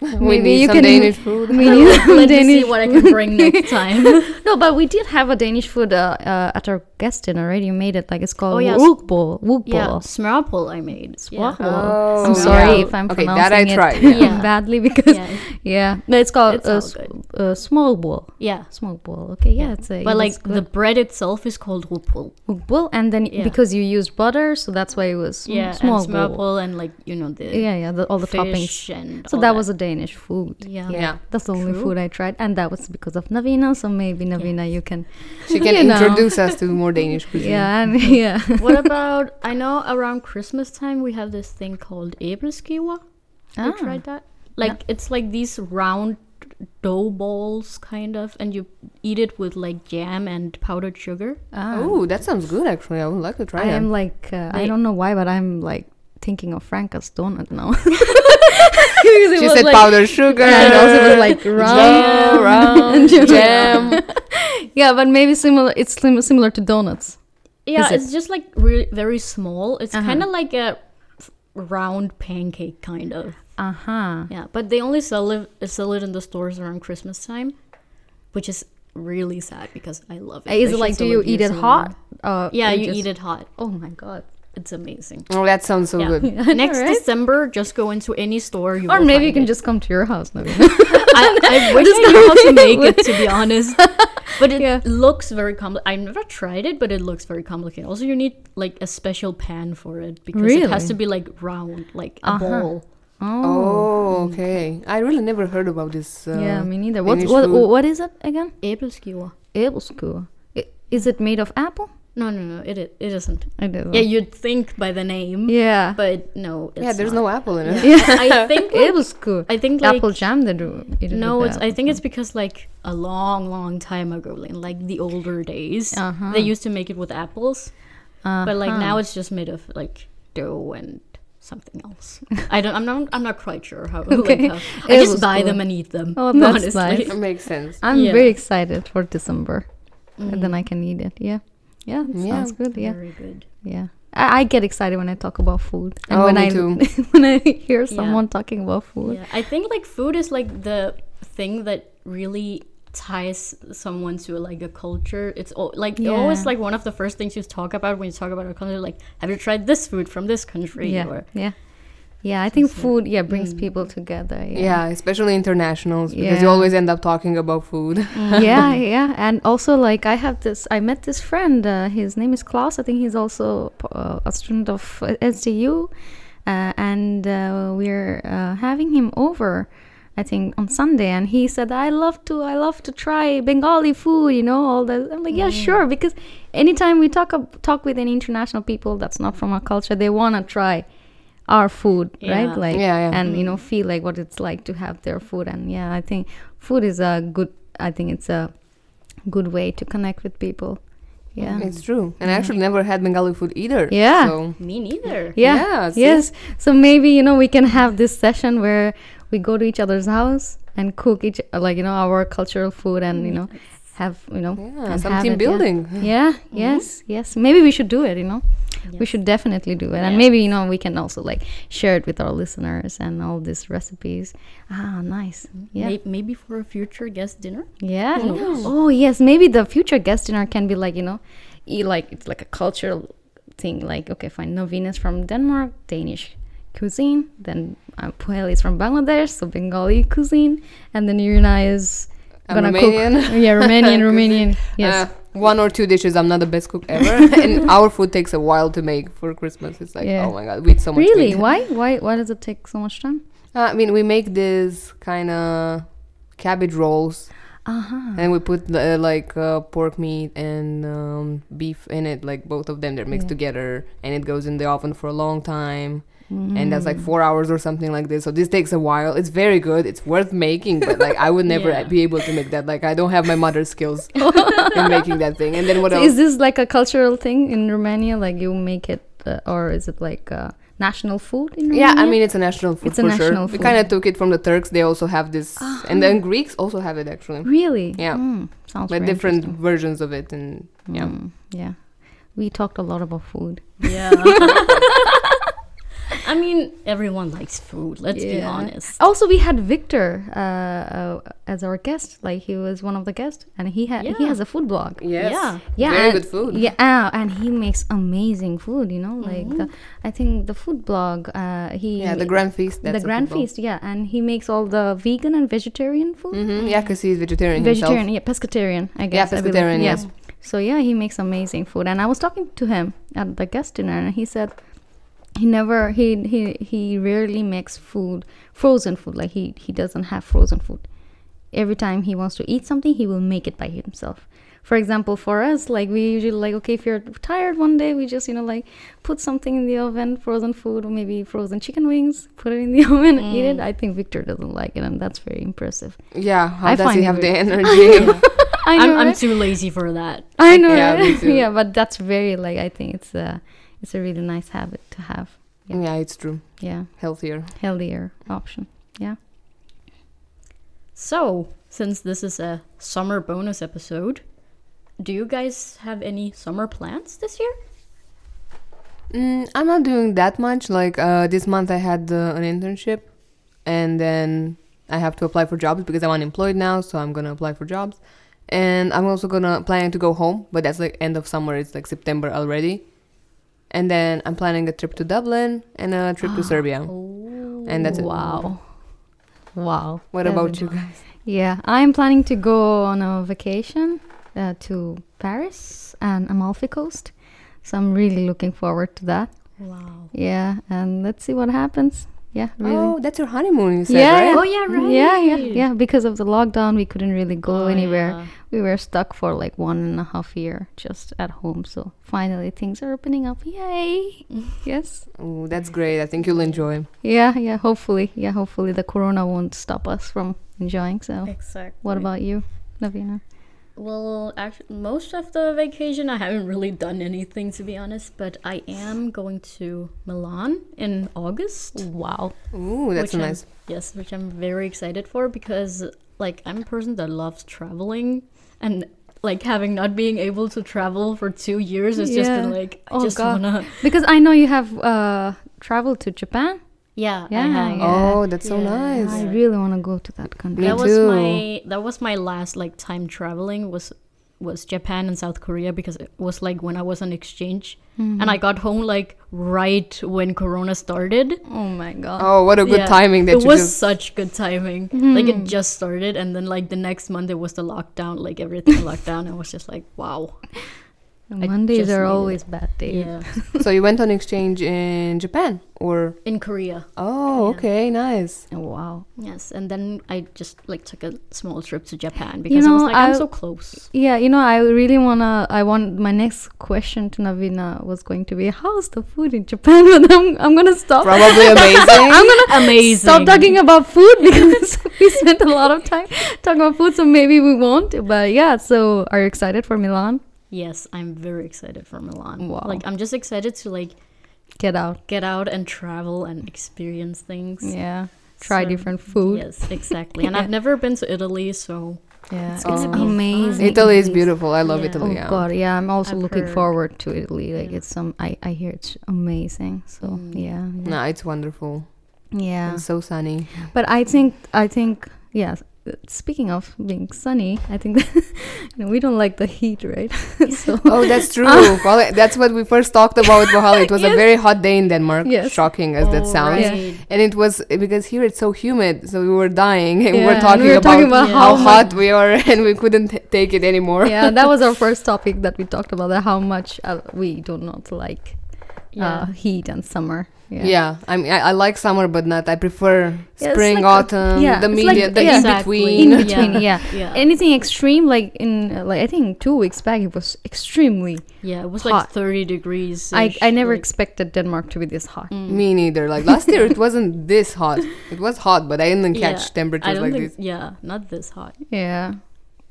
Speaker 3: we
Speaker 2: Maybe
Speaker 3: need
Speaker 2: you
Speaker 3: some
Speaker 2: can-
Speaker 3: Danish food.
Speaker 2: we
Speaker 1: Let
Speaker 2: need
Speaker 1: me-
Speaker 2: some
Speaker 1: Let me
Speaker 2: Danish
Speaker 1: see what I can bring next time.
Speaker 2: No, but we did have a Danish food uh, uh, at our guest dinner, right? You made it like it's called
Speaker 1: Oh,
Speaker 2: oh,
Speaker 1: yeah.
Speaker 2: Wukbol.
Speaker 1: yeah,
Speaker 2: Wukbol.
Speaker 1: smørrebrød I made. Yeah.
Speaker 3: Oh,
Speaker 2: I'm sorry
Speaker 3: yeah.
Speaker 2: if I'm
Speaker 3: Okay, that I
Speaker 2: pronouncing
Speaker 3: tried,
Speaker 2: it
Speaker 1: yeah.
Speaker 2: badly because
Speaker 1: Yeah.
Speaker 2: yeah. no, it's called
Speaker 1: It's
Speaker 2: uh,
Speaker 1: all
Speaker 2: s-
Speaker 1: good.
Speaker 2: uh, small bowl.
Speaker 1: Yeah.
Speaker 2: Small bowl. Okay, yeah, it's a
Speaker 1: But
Speaker 2: it
Speaker 1: like
Speaker 2: was
Speaker 1: the
Speaker 2: good.
Speaker 1: bread itself is called rupul.
Speaker 2: Wukbol, and then
Speaker 1: Yeah.
Speaker 2: because you used butter, so that's why it was sm-
Speaker 1: Yeah,
Speaker 2: small
Speaker 1: and
Speaker 2: bowl.
Speaker 1: smørrebrød and like you know the
Speaker 2: Yeah, yeah, the, all the
Speaker 1: fish
Speaker 2: toppings.
Speaker 1: and
Speaker 2: So
Speaker 1: all
Speaker 2: that, was a Danish food.
Speaker 1: Yeah.
Speaker 3: Yeah.
Speaker 2: That's the only
Speaker 1: True.
Speaker 2: food I tried, and that was because of Navina. So maybe Navina, you can,
Speaker 3: She can
Speaker 2: you know.
Speaker 3: introduce us to more Danish cuisine.
Speaker 2: yeah, and, yeah.
Speaker 1: what about I know around Christmas time we have this thing called æbleskiver. Have You
Speaker 2: Ah.
Speaker 1: tried that? Like it's like these round dough balls kind of and you eat it with like jam and powdered sugar.
Speaker 3: Oh, that sounds good. Actually, I would like to try
Speaker 2: Ah. I am
Speaker 3: it.
Speaker 2: like uh,
Speaker 1: They-
Speaker 2: I don't know why, but I'm like thinking of Franca's donut now.
Speaker 3: She said powdered sugar.
Speaker 2: and also it was like
Speaker 1: Oh,
Speaker 3: jam,
Speaker 2: round.
Speaker 3: round, jam.
Speaker 2: yeah, but maybe similar. It's sim- similar to donuts.
Speaker 1: Yeah,
Speaker 2: Is it-
Speaker 1: it's just like re- very small. It's
Speaker 2: Uh-huh.
Speaker 1: kind of like a f- round pancake, kind of.
Speaker 2: Uh huh.
Speaker 1: Yeah, but they only sell it sell it in the stores around Christmas time, which is really sad because I love it.
Speaker 2: Uh, Is
Speaker 1: They
Speaker 2: it like?
Speaker 1: should
Speaker 2: Do
Speaker 1: sell
Speaker 2: you
Speaker 1: here
Speaker 2: eat it
Speaker 1: somewhere.
Speaker 2: hot? Uh,
Speaker 1: Yeah, you eat it hot.
Speaker 2: Oh my god.
Speaker 1: It's amazing.
Speaker 3: Oh, that sounds so
Speaker 1: Yeah.
Speaker 3: good.
Speaker 1: Next
Speaker 2: Right?
Speaker 1: December, just go into any store you
Speaker 2: Or
Speaker 1: will
Speaker 2: maybe you
Speaker 1: find
Speaker 2: can
Speaker 1: it.
Speaker 2: just come to your house. Maybe.
Speaker 1: I, I wish I knew how to make it, to be honest. But it
Speaker 2: Yeah.
Speaker 1: looks very complicated. I've never tried it, but it looks very complicated. Also, you need like a special pan for it because it has
Speaker 2: Really?
Speaker 1: to be like round, like a
Speaker 2: Uh-huh.
Speaker 1: ball.
Speaker 3: Oh, okay. I really never heard about this. Uh,
Speaker 2: yeah, me neither. What
Speaker 3: Danish
Speaker 2: what
Speaker 3: food.
Speaker 2: what is it again?
Speaker 1: Äppelskua.
Speaker 2: Ebelsku. I- Is it made of apple?
Speaker 1: No, no, no. It it isn't.
Speaker 2: I don't.
Speaker 1: Yeah,
Speaker 2: know.
Speaker 1: you'd think by the name,
Speaker 2: Oh. yeah.
Speaker 1: but no. It's
Speaker 3: yeah, there's no apple in it.
Speaker 1: no. I think. Like,
Speaker 2: Ebelsku.
Speaker 1: I think like
Speaker 2: apple jam they do. you do
Speaker 1: no.
Speaker 2: with
Speaker 1: It's. I think it's because like a long, long time ago, in like the older days,
Speaker 2: Uh-huh.
Speaker 1: they used to make it with apples.
Speaker 2: apple.
Speaker 1: but like
Speaker 2: Uh-huh.
Speaker 1: now it's just made of like dough and something else. I don't. I'm not. I'm not quite sure how.
Speaker 2: Okay.
Speaker 1: Like how I
Speaker 2: It
Speaker 1: just
Speaker 2: was
Speaker 1: buy
Speaker 2: cool.
Speaker 1: them and eat them.
Speaker 2: Oh, that's
Speaker 1: honestly.
Speaker 3: It makes sense.
Speaker 2: I'm
Speaker 1: Yeah.
Speaker 2: very excited for December, and then I can eat it. Yeah, yeah,
Speaker 3: Mm. Yeah.
Speaker 2: sounds good. Yeah,
Speaker 1: Very good.
Speaker 2: yeah. I, I get excited when I talk about food, and
Speaker 3: Oh,
Speaker 2: when
Speaker 3: me
Speaker 2: I
Speaker 3: too.
Speaker 2: when I hear someone talking about food.
Speaker 1: Yeah, I think like food is like the thing that really ties someone to like a culture. It's all, like
Speaker 2: Yeah.
Speaker 1: always like one of the first things you talk about when you talk about a country. Like, have you tried this food from this country?
Speaker 2: Yeah, yeah,
Speaker 1: Or,
Speaker 2: yeah. I think food, yeah,
Speaker 3: Mm.
Speaker 2: brings people together. Yeah.
Speaker 3: Yeah, especially internationals because you
Speaker 2: Yeah.
Speaker 3: always end up talking about food.
Speaker 2: yeah, yeah, and also like I have this. I met this friend. Uh, his name is Klaus. I think he's also uh, a student of uh, SDU, uh, and uh, we're uh, having him over. I think on Sunday, and he said, "I love to, I love to try Bengali food, you know, all that." I'm like, "Yeah, sure," because anytime we talk ab- talk with any international people that's not from our culture, they wanna try our food,
Speaker 1: Yeah.
Speaker 2: right? Like,
Speaker 3: Yeah, yeah.
Speaker 2: and you know, feel like what it's like to have their food. And yeah, I think food is a good. I think it's a good way to connect with people. Yeah.
Speaker 3: It's true. And I actually never had Bengali food either.
Speaker 2: Yeah.
Speaker 3: So
Speaker 1: me neither.
Speaker 2: Yeah.
Speaker 3: Yeah, see?
Speaker 2: yes. So maybe you know we can have this session where we go to each other's house and cook each like you know our cultural food and you know have you know
Speaker 3: Yeah,
Speaker 2: and
Speaker 3: some
Speaker 2: have
Speaker 3: team
Speaker 2: it, yeah.
Speaker 3: building. Mm-hmm.
Speaker 2: Yeah. Yes. Yes. Maybe we should do it. You know. We should definitely do it, and
Speaker 1: Yeah.
Speaker 2: maybe you know we can also like share it with our listeners and all these recipes. Ah, nice.
Speaker 3: Mm-hmm.
Speaker 2: Yeah,
Speaker 1: May- Maybe for a future guest dinner.
Speaker 2: yeah. Oh yes, maybe the future guest dinner can be like you know, eat like it's like a cultural thing. Like okay, fine, Novin is from Denmark, Danish cuisine. Then uh, Puel is from Bangladesh, so Bengali cuisine. And then Irina is
Speaker 3: A
Speaker 2: gonna cook.
Speaker 3: Romanian.
Speaker 2: Yeah, Romanian, Romanian.
Speaker 3: Cuisine.
Speaker 2: Yes.
Speaker 3: Uh, one or two dishes. I'm not the best cook ever. and our food takes a while to make for Christmas. It's like,
Speaker 2: Yeah.
Speaker 3: oh my God, we eat so much.
Speaker 2: really?
Speaker 3: food.
Speaker 2: Why? Why? Why does it take so much time?
Speaker 3: Uh, I mean, we make this kind of cabbage rolls.
Speaker 2: Uh huh.
Speaker 3: And we put the, uh, like uh, pork meat and um, beef in it, like both of them. They're mixed together, and it goes in the oven for a long time, and that's
Speaker 2: Mm.
Speaker 3: like four hours or something like this. So this takes a while. It's very good. It's worth making, but like I would never
Speaker 1: Yeah.
Speaker 3: be able to make that. Like I don't have my mother's skills in making that thing. And then what
Speaker 2: So
Speaker 3: else?
Speaker 2: is this like a cultural thing in Romania? Like you make it, uh, or is it like uh, national food in Romania?
Speaker 3: yeah, I mean it's a national food
Speaker 2: It's a
Speaker 3: for
Speaker 2: national
Speaker 3: sure. We
Speaker 2: food. Uh-huh.
Speaker 3: kind of took it from the Turks. They also have this, and then Greeks also have it actually,
Speaker 2: really?
Speaker 3: Yeah.
Speaker 2: Mm, sounds
Speaker 3: but
Speaker 2: very
Speaker 3: different versions of it. And yeah,
Speaker 2: Mm, yeah. We talked a lot about food.
Speaker 1: Yeah. I mean, everyone likes food. Let's be
Speaker 2: Yeah.
Speaker 1: honest.
Speaker 2: Also, we had Victor uh, uh, as our guest. Like he was one of the guests, and he had he
Speaker 1: Yeah.
Speaker 2: has a food blog.
Speaker 3: yes,
Speaker 1: Yeah.
Speaker 2: Yeah,
Speaker 3: very
Speaker 2: and-
Speaker 3: good food.
Speaker 2: Yeah, uh, and he makes amazing food. You know, like the, I think the food blog. Uh, he
Speaker 3: Yeah, the grand feast.
Speaker 2: the
Speaker 3: that's a
Speaker 2: grand
Speaker 3: football.
Speaker 2: feast. Yeah, and he makes all the vegan and vegetarian food.
Speaker 3: Mm-hmm. Yeah, because he's vegetarian,
Speaker 2: vegetarian yeah pescatarian i guess I believe.
Speaker 3: pescatarian,
Speaker 2: yeah.
Speaker 3: yes.
Speaker 2: so yeah he makes amazing food and i was talking to him at the guest dinner and he said he never he he he rarely makes food frozen food like he he doesn't have frozen food every time he wants to eat something he will make it by himself for example for us like we usually like okay if you're tired one day we just you know like put something in the oven frozen food or maybe frozen chicken wings put it in the oven and
Speaker 3: Mm.
Speaker 2: eat it i think victor doesn't like it and that's very impressive
Speaker 3: himself. Yeah, how
Speaker 2: I
Speaker 3: does
Speaker 2: find
Speaker 3: he
Speaker 2: it
Speaker 3: have the
Speaker 2: weird.
Speaker 3: energy?
Speaker 2: I
Speaker 1: I'm,
Speaker 2: know,
Speaker 1: I'm
Speaker 2: right?
Speaker 1: too lazy for that.
Speaker 2: I know.
Speaker 3: Yeah,
Speaker 2: Yeah,
Speaker 3: me too.
Speaker 2: yeah, but that's very like I think it's a it's a really nice habit to have. Yeah.
Speaker 3: yeah, it's true.
Speaker 2: Yeah,
Speaker 3: Healthier.
Speaker 2: healthier option. Yeah.
Speaker 1: So, since this is a summer bonus episode, Do you guys have any summer plans this year?
Speaker 3: Mm, I'm not doing that much. Like uh, this month, I had uh, an internship, and then I have to apply for jobs because I'm unemployed now. So I'm gonna apply for jobs, and I'm also gonna planning to go home. But that's like end of summer. It's like September already, and then I'm planning a trip to Dublin and a trip to Serbia.
Speaker 1: Oh.
Speaker 3: And that's it.
Speaker 2: wow. Wow.
Speaker 3: What
Speaker 2: That's
Speaker 3: about
Speaker 2: it.
Speaker 3: you guys?
Speaker 2: Yeah, I'm planning to go on a vacation uh, to Paris and Amalfi Coast. So I'm really looking forward to that.
Speaker 1: Wow.
Speaker 2: Yeah, and let's see what happens. Yeah, really.
Speaker 3: Oh, that's your honeymoon. You said
Speaker 2: Yeah,
Speaker 3: right?
Speaker 1: Oh yeah, right.
Speaker 2: Yeah, yeah, yeah. Because of the lockdown, we couldn't really
Speaker 1: Oh,
Speaker 2: go anywhere.
Speaker 1: yeah.
Speaker 2: We were stuck for like one and a half year just at home. So finally, things are opening up. Yay! yes.
Speaker 3: Oh, that's great. I think you'll enjoy.
Speaker 2: Yeah, yeah. Hopefully, yeah. Hopefully, the corona won't stop us from enjoying. So,
Speaker 1: Exactly.
Speaker 2: what about you, Navina?
Speaker 1: Well, actually, most of the vacation I haven't really done anything to be honest, but I am going to Milan in August.
Speaker 2: Wow.
Speaker 3: Ooh, that's
Speaker 1: which I'm-
Speaker 3: nice.
Speaker 1: yes, which I'm very excited for because like I'm a person that loves traveling and like having not being able to travel for two years has just been
Speaker 2: Yeah.
Speaker 1: like I
Speaker 2: Oh,
Speaker 1: just
Speaker 2: God.
Speaker 1: wanna
Speaker 2: Because I know you have uh, traveled to Japan.
Speaker 1: Yeah, I
Speaker 2: Yeah,
Speaker 1: have.
Speaker 2: yeah.
Speaker 3: Oh, that's so
Speaker 1: Yeah.
Speaker 3: nice.
Speaker 2: I really want to go to that country.
Speaker 3: Me
Speaker 1: that was
Speaker 3: too.
Speaker 1: my that was my last like time traveling was was Japan and South Korea because it was like when I was on exchange
Speaker 3: Mm-hmm.
Speaker 1: and I got home like right when corona started.
Speaker 2: Oh my god.
Speaker 3: Oh, what a good
Speaker 1: Yeah,
Speaker 3: timing that
Speaker 1: it
Speaker 3: you
Speaker 1: was
Speaker 3: just.
Speaker 1: such good timing. Like
Speaker 2: Hmm.
Speaker 1: it just started and then like the next month it was the lockdown, like everything locked down. I was just like, wow. I
Speaker 2: Mondays
Speaker 1: just
Speaker 2: are
Speaker 1: needed
Speaker 2: always bad days.
Speaker 1: Yeah.
Speaker 3: so you went on exchange in Japan, or
Speaker 1: In Korea.
Speaker 3: oh,
Speaker 1: Yeah.
Speaker 3: okay, nice.
Speaker 2: Oh, wow.
Speaker 1: Yes. And then I just like took a small trip to Japan because
Speaker 2: You
Speaker 1: I was
Speaker 2: know,
Speaker 1: like, I... am
Speaker 2: I-
Speaker 1: so close.
Speaker 2: Yeah, you know, I really wanna. I want my next question to Navina was going to be, "How's the food in Japan?" But I'm, I'm gonna stop.
Speaker 3: Probably amazing.
Speaker 2: I'm gonna
Speaker 1: Amazing.
Speaker 2: stop talking about food because we spent a lot of time talking about food, so maybe we won't. But yeah, so are you excited for Milan?
Speaker 1: Yes, I'm very excited for Milan.
Speaker 2: Wow.
Speaker 1: Like I'm just excited to like
Speaker 2: Get out.
Speaker 1: get out and travel and experience things.
Speaker 2: Yeah, try
Speaker 1: So-
Speaker 2: different food.
Speaker 1: Yes, exactly. And I've never been to Italy, so
Speaker 2: Yeah, it's,
Speaker 3: gonna be
Speaker 1: fun.
Speaker 2: amazing.
Speaker 3: Italy is beautiful. I love
Speaker 1: Yeah.
Speaker 2: Oh
Speaker 3: Italy. Yeah.
Speaker 2: god, yeah, I'm also
Speaker 1: I've
Speaker 2: looking
Speaker 1: heard.
Speaker 2: forward to Italy. Like
Speaker 1: Yeah.
Speaker 2: it's some, I, I hear it's amazing. So
Speaker 1: Mm.
Speaker 2: yeah, yeah.
Speaker 3: No, it's wonderful.
Speaker 2: yeah.
Speaker 3: It's so sunny.
Speaker 2: But I think I think yes. Speaking of being sunny, I think that, you know, we don't like the heat, right? so
Speaker 3: Oh, that's true. Well, that's what we first talked about, Bahali. It was a very hot day in Denmark.
Speaker 2: Yes.
Speaker 3: Shocking as that
Speaker 1: Oh,
Speaker 3: sounds.
Speaker 1: right.
Speaker 3: And it was because here it's so humid, so we were dying, and we
Speaker 2: Yeah,
Speaker 3: were
Speaker 2: and
Speaker 3: talking
Speaker 2: we were
Speaker 3: about,
Speaker 2: talking about
Speaker 3: how
Speaker 2: how
Speaker 3: hot we are, and we couldn't t- take it anymore.
Speaker 2: yeah, that was our first topic that we talked about. That how much uh, we do not like uh,
Speaker 1: Yeah.
Speaker 2: heat and summer.
Speaker 3: Yeah, I mean, I, I like summer, but not. I prefer
Speaker 2: Yeah, it's
Speaker 3: spring,
Speaker 2: like a-
Speaker 3: autumn,
Speaker 2: yeah,
Speaker 3: the
Speaker 2: it's
Speaker 3: medium,
Speaker 2: like-
Speaker 3: the
Speaker 2: yeah.
Speaker 3: in
Speaker 1: Exactly.
Speaker 3: between.
Speaker 2: In between,
Speaker 1: Yeah.
Speaker 2: yeah.
Speaker 1: Yeah.
Speaker 2: Anything extreme, like in, uh, like I think two weeks back, it was extremely.
Speaker 1: yeah, it was
Speaker 2: Hot.
Speaker 1: like 30 degrees.
Speaker 2: I, I never expected Denmark to be this hot.
Speaker 1: Mm.
Speaker 3: Me neither. Like last year, it wasn't this hot. It was hot, but I didn't catch temperatures like this.
Speaker 1: Yeah, not this hot.
Speaker 2: Yeah,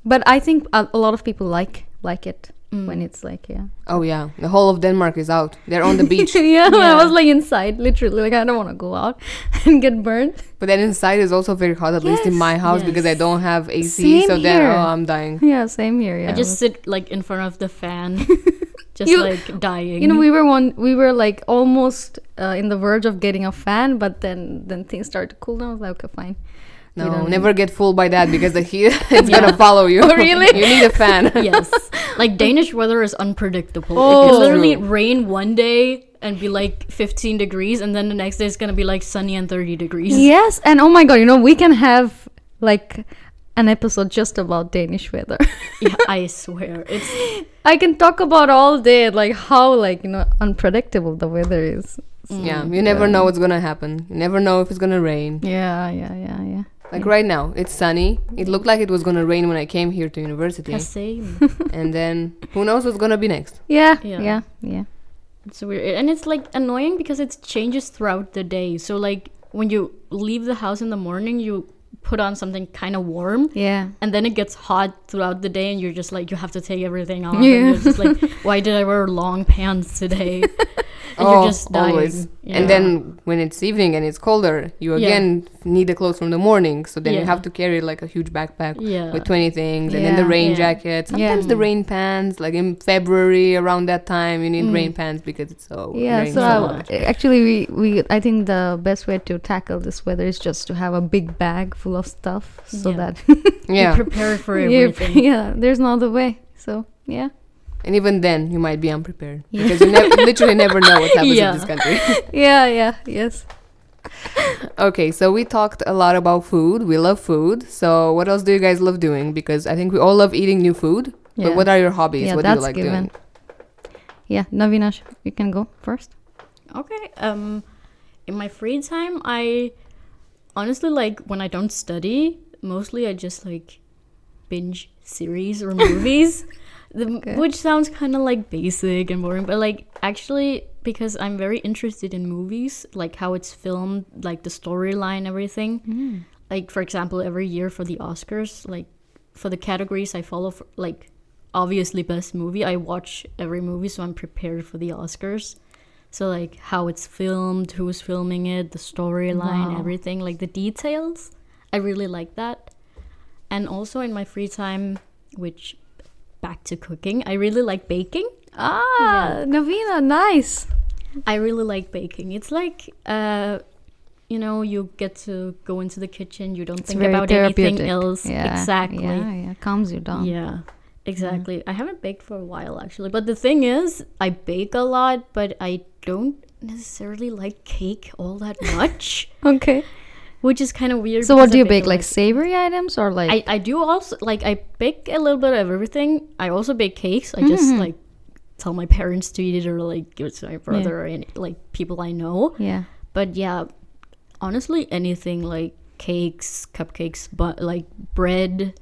Speaker 2: but I think a, a lot of people like like it
Speaker 1: Mm.
Speaker 2: when it's like yeah.
Speaker 3: Oh yeah, the whole of Denmark is out. They're on the beach,
Speaker 2: yeah, I
Speaker 1: Yeah.
Speaker 2: was like inside, literally. Like I don't want to go out and get burned.
Speaker 3: but then inside is also very hot. At least in
Speaker 2: Yes,
Speaker 3: my house because I
Speaker 1: yes.
Speaker 3: don't have AC.
Speaker 2: Same
Speaker 3: so then,
Speaker 2: here.
Speaker 3: oh, I'm dying.
Speaker 2: Yeah, same here. Yeah,
Speaker 1: I just sit like in front of the fan, just
Speaker 2: You-
Speaker 1: like dying.
Speaker 2: you know we were one we were like almost uh, in the verge of getting a fan, but then then things started to cool down. I was like, okay, fine. We
Speaker 3: No,
Speaker 2: don't
Speaker 3: never get fooled by that because the heat it's gonna follow you.
Speaker 2: Oh, really?
Speaker 3: you need a fan.
Speaker 1: yes, like Danish weather is unpredictable. it
Speaker 2: Oh.
Speaker 1: can literally
Speaker 3: True.
Speaker 1: rain one day and be like 15 degrees, and then the next day it's gonna be like sunny and 30 degrees.
Speaker 2: Yes, and oh my god, you know we can have like an episode just about Danish weather.
Speaker 1: Yeah, I swear, it's
Speaker 2: I can talk about all day like how like you know unpredictable the weather is.
Speaker 3: yeah,
Speaker 1: Mm.
Speaker 3: you never know what's gonna happen. You never know if it's gonna rain.
Speaker 2: Yeah, yeah, yeah, yeah.
Speaker 3: Like right now, it's sunny. It looked like it was gonna rain when I came here to university,
Speaker 1: the same.
Speaker 3: and then who knows what's gonna be next?
Speaker 2: Yeah,
Speaker 1: Yeah.
Speaker 2: yeah, yeah. yeah.
Speaker 1: It's weird. And it's like annoying because it changes throughout the day. So like when you leave the house in the morning, you put on something kind of warm
Speaker 2: Yeah.
Speaker 1: and then it gets hot throughout the day and you're just like you have to take everything off
Speaker 2: Yeah.
Speaker 1: and you're just like why did i wear long pants today and
Speaker 3: oh, always.
Speaker 1: you know?
Speaker 3: And then when it's evening and it's colder, you
Speaker 1: Yeah.
Speaker 3: again need the clothes from the morning. So then you
Speaker 1: Yeah.
Speaker 3: have to carry like a huge backpack
Speaker 1: yeah
Speaker 3: with 20 things and then the
Speaker 2: Yeah.
Speaker 3: rain
Speaker 1: Yeah.
Speaker 3: jacket.
Speaker 2: Yeah.
Speaker 3: Sometimes the rain pants, like in February around that time, you need
Speaker 1: Mm.
Speaker 3: rain pants because it's so
Speaker 2: Yeah,
Speaker 3: rainy
Speaker 2: so
Speaker 1: so
Speaker 2: I,
Speaker 1: much.
Speaker 2: actually, we, we I think the best way to tackle this weather is just to have a big bag full of stuff so
Speaker 1: Yeah.
Speaker 2: that
Speaker 1: yeah.
Speaker 3: yeah.
Speaker 1: prepare for
Speaker 2: You're-
Speaker 1: everything
Speaker 2: yeah, there's no other way. So yeah,
Speaker 3: And even then, you might be unprepared
Speaker 2: Yeah.
Speaker 3: because you nev- literally never know what happens
Speaker 1: Yeah.
Speaker 3: in this country.
Speaker 2: yeah, yeah, yes.
Speaker 3: okay, so we talked a lot about food. We love food. So what else do you guys love doing? Because I think we all love eating new food. But what are your hobbies?
Speaker 2: Yeah,
Speaker 3: what do
Speaker 2: that's
Speaker 3: you like
Speaker 2: given.
Speaker 3: doing?
Speaker 2: Yeah, Navinash, you can go first.
Speaker 1: okay um in my free time i honestly like when i don't study mostly i just like binge series or movies the,
Speaker 2: Okay.
Speaker 1: which sounds kind of like basic and boring but like actually because i'm very interested in movies like how it's filmed like the storyline everything like for example every year for the oscars like for the categories i follow for, like obviously best movie i watch every movie so i'm prepared for the oscars so like how it's filmed who's filming it the storyline
Speaker 2: Wow.
Speaker 1: everything like the details i really like that and also in my free time which back to cooking i really like baking
Speaker 2: Ah, Navina, nice.
Speaker 1: I really like baking. It's like, uh, you know, you get to go into the kitchen, you don't think about anything else.
Speaker 2: Yeah,
Speaker 1: Exactly.
Speaker 2: Yeah,
Speaker 1: Yeah,
Speaker 2: yeah, calms you down.
Speaker 1: exactly. I haven't baked for a while, actually. But the thing is, I bake a lot, but I don't necessarily like cake all that much,
Speaker 2: Okay.
Speaker 1: which is kind of weird.
Speaker 2: So what
Speaker 1: because
Speaker 2: do
Speaker 1: I
Speaker 2: you
Speaker 1: a
Speaker 2: bake? Like
Speaker 1: lot.
Speaker 2: savory items or like?
Speaker 1: I, I do also like I bake a little bit of everything. I also bake cakes. I
Speaker 2: Mm-hmm.
Speaker 1: just like tell my parents to eat it or like give it to my brother or any, like people I know.
Speaker 2: yeah.
Speaker 1: But yeah, honestly, anything like cakes, cupcakes, but like bread,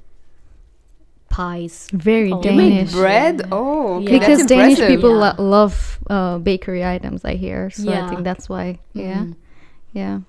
Speaker 1: pies.
Speaker 2: Very
Speaker 1: Oh. You
Speaker 3: You make
Speaker 2: Danish.
Speaker 3: bread? Oh, okay,
Speaker 1: Yeah.
Speaker 3: that's
Speaker 2: because Danish
Speaker 3: impressive.
Speaker 2: people
Speaker 1: Yeah.
Speaker 2: lo- love uh, bakery items, I hear. So I
Speaker 1: Yeah.
Speaker 2: think that's why. Yeah,
Speaker 1: Mhm.
Speaker 2: yeah.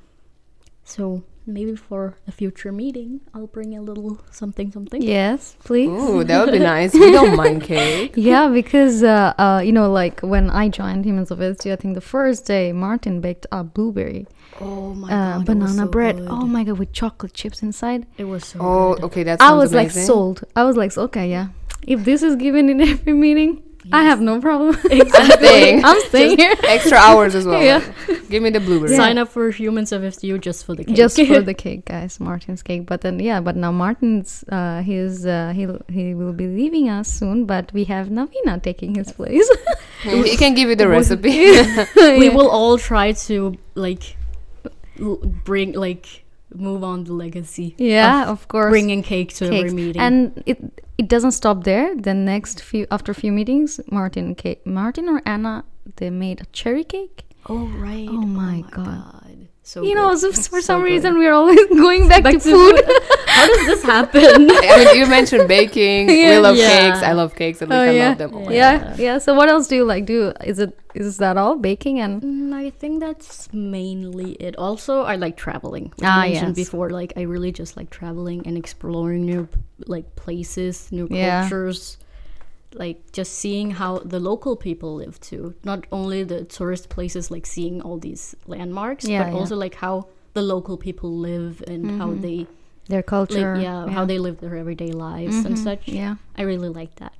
Speaker 1: So maybe for a future meeting, I'll bring a little something, something.
Speaker 2: Yes, please.
Speaker 3: Ooh, that would be nice. We don't mind cake.
Speaker 2: yeah, because uh, uh, you know, like when I joined Humans of Institute, I think the first day Martin baked a blueberry
Speaker 1: Oh my
Speaker 2: uh,
Speaker 1: god, it was
Speaker 2: banana
Speaker 1: so
Speaker 2: bread.
Speaker 1: good.
Speaker 2: Oh my god, with chocolate chips inside.
Speaker 1: it was so.
Speaker 3: Oh,
Speaker 1: good.
Speaker 3: okay, that's
Speaker 2: I was like sold. I was like, okay, yeah. If this is given in every meeting, I have no problem.
Speaker 3: Exactly.
Speaker 2: I'm staying here
Speaker 3: Extra hours as well.
Speaker 2: Yeah.
Speaker 3: Like, Give me the blueberry.
Speaker 1: Sign up for humans of FTU just for the cake.
Speaker 2: just for the cake, guys. Martin's cake. But then, yeah. But now Martin's, uh, he's uh, he he will be leaving us soon. But we have Navina taking his place.
Speaker 3: He can give you the recipe.
Speaker 1: we will all try to like l- bring like move on the legacy.
Speaker 2: Yeah, of course.
Speaker 1: Bringing cake to every
Speaker 2: cakes.
Speaker 1: meeting.
Speaker 2: And it it doesn't stop there. The next few after few meetings, Martin cake, Martin or Anna, they made a cherry cake.
Speaker 1: oh right.
Speaker 2: Oh my God.
Speaker 1: So
Speaker 2: you
Speaker 1: good.
Speaker 2: know, so, for
Speaker 1: So
Speaker 2: some
Speaker 1: good.
Speaker 2: reason we're always going back,
Speaker 1: Back
Speaker 2: to,
Speaker 1: to
Speaker 2: food.
Speaker 1: How does this happen?
Speaker 3: I mean, you mentioned baking.
Speaker 2: Yeah.
Speaker 3: We love
Speaker 1: Yeah. Oh,
Speaker 3: cakes. I love cakes. At least I
Speaker 2: yeah.
Speaker 3: love them Oh all.
Speaker 2: yeah, yeah. So what else do you like? Do is it is that all baking and
Speaker 1: Mm, I think that's mainly it. Also, I like traveling. Like
Speaker 2: Ah,
Speaker 1: I mentioned
Speaker 2: yes.
Speaker 1: before, like I really just like traveling and exploring new like places, new
Speaker 2: Yeah.
Speaker 1: cultures, like just seeing how the local people live too. Not only the tourist places, like seeing all these landmarks,
Speaker 2: Yeah,
Speaker 1: but
Speaker 2: yeah. Mm-hmm.
Speaker 1: also like how the local people live and how they
Speaker 2: their culture?
Speaker 1: like yeah, how they live their everyday lives and such.
Speaker 2: Mm-hmm. Yeah.
Speaker 1: I really like that.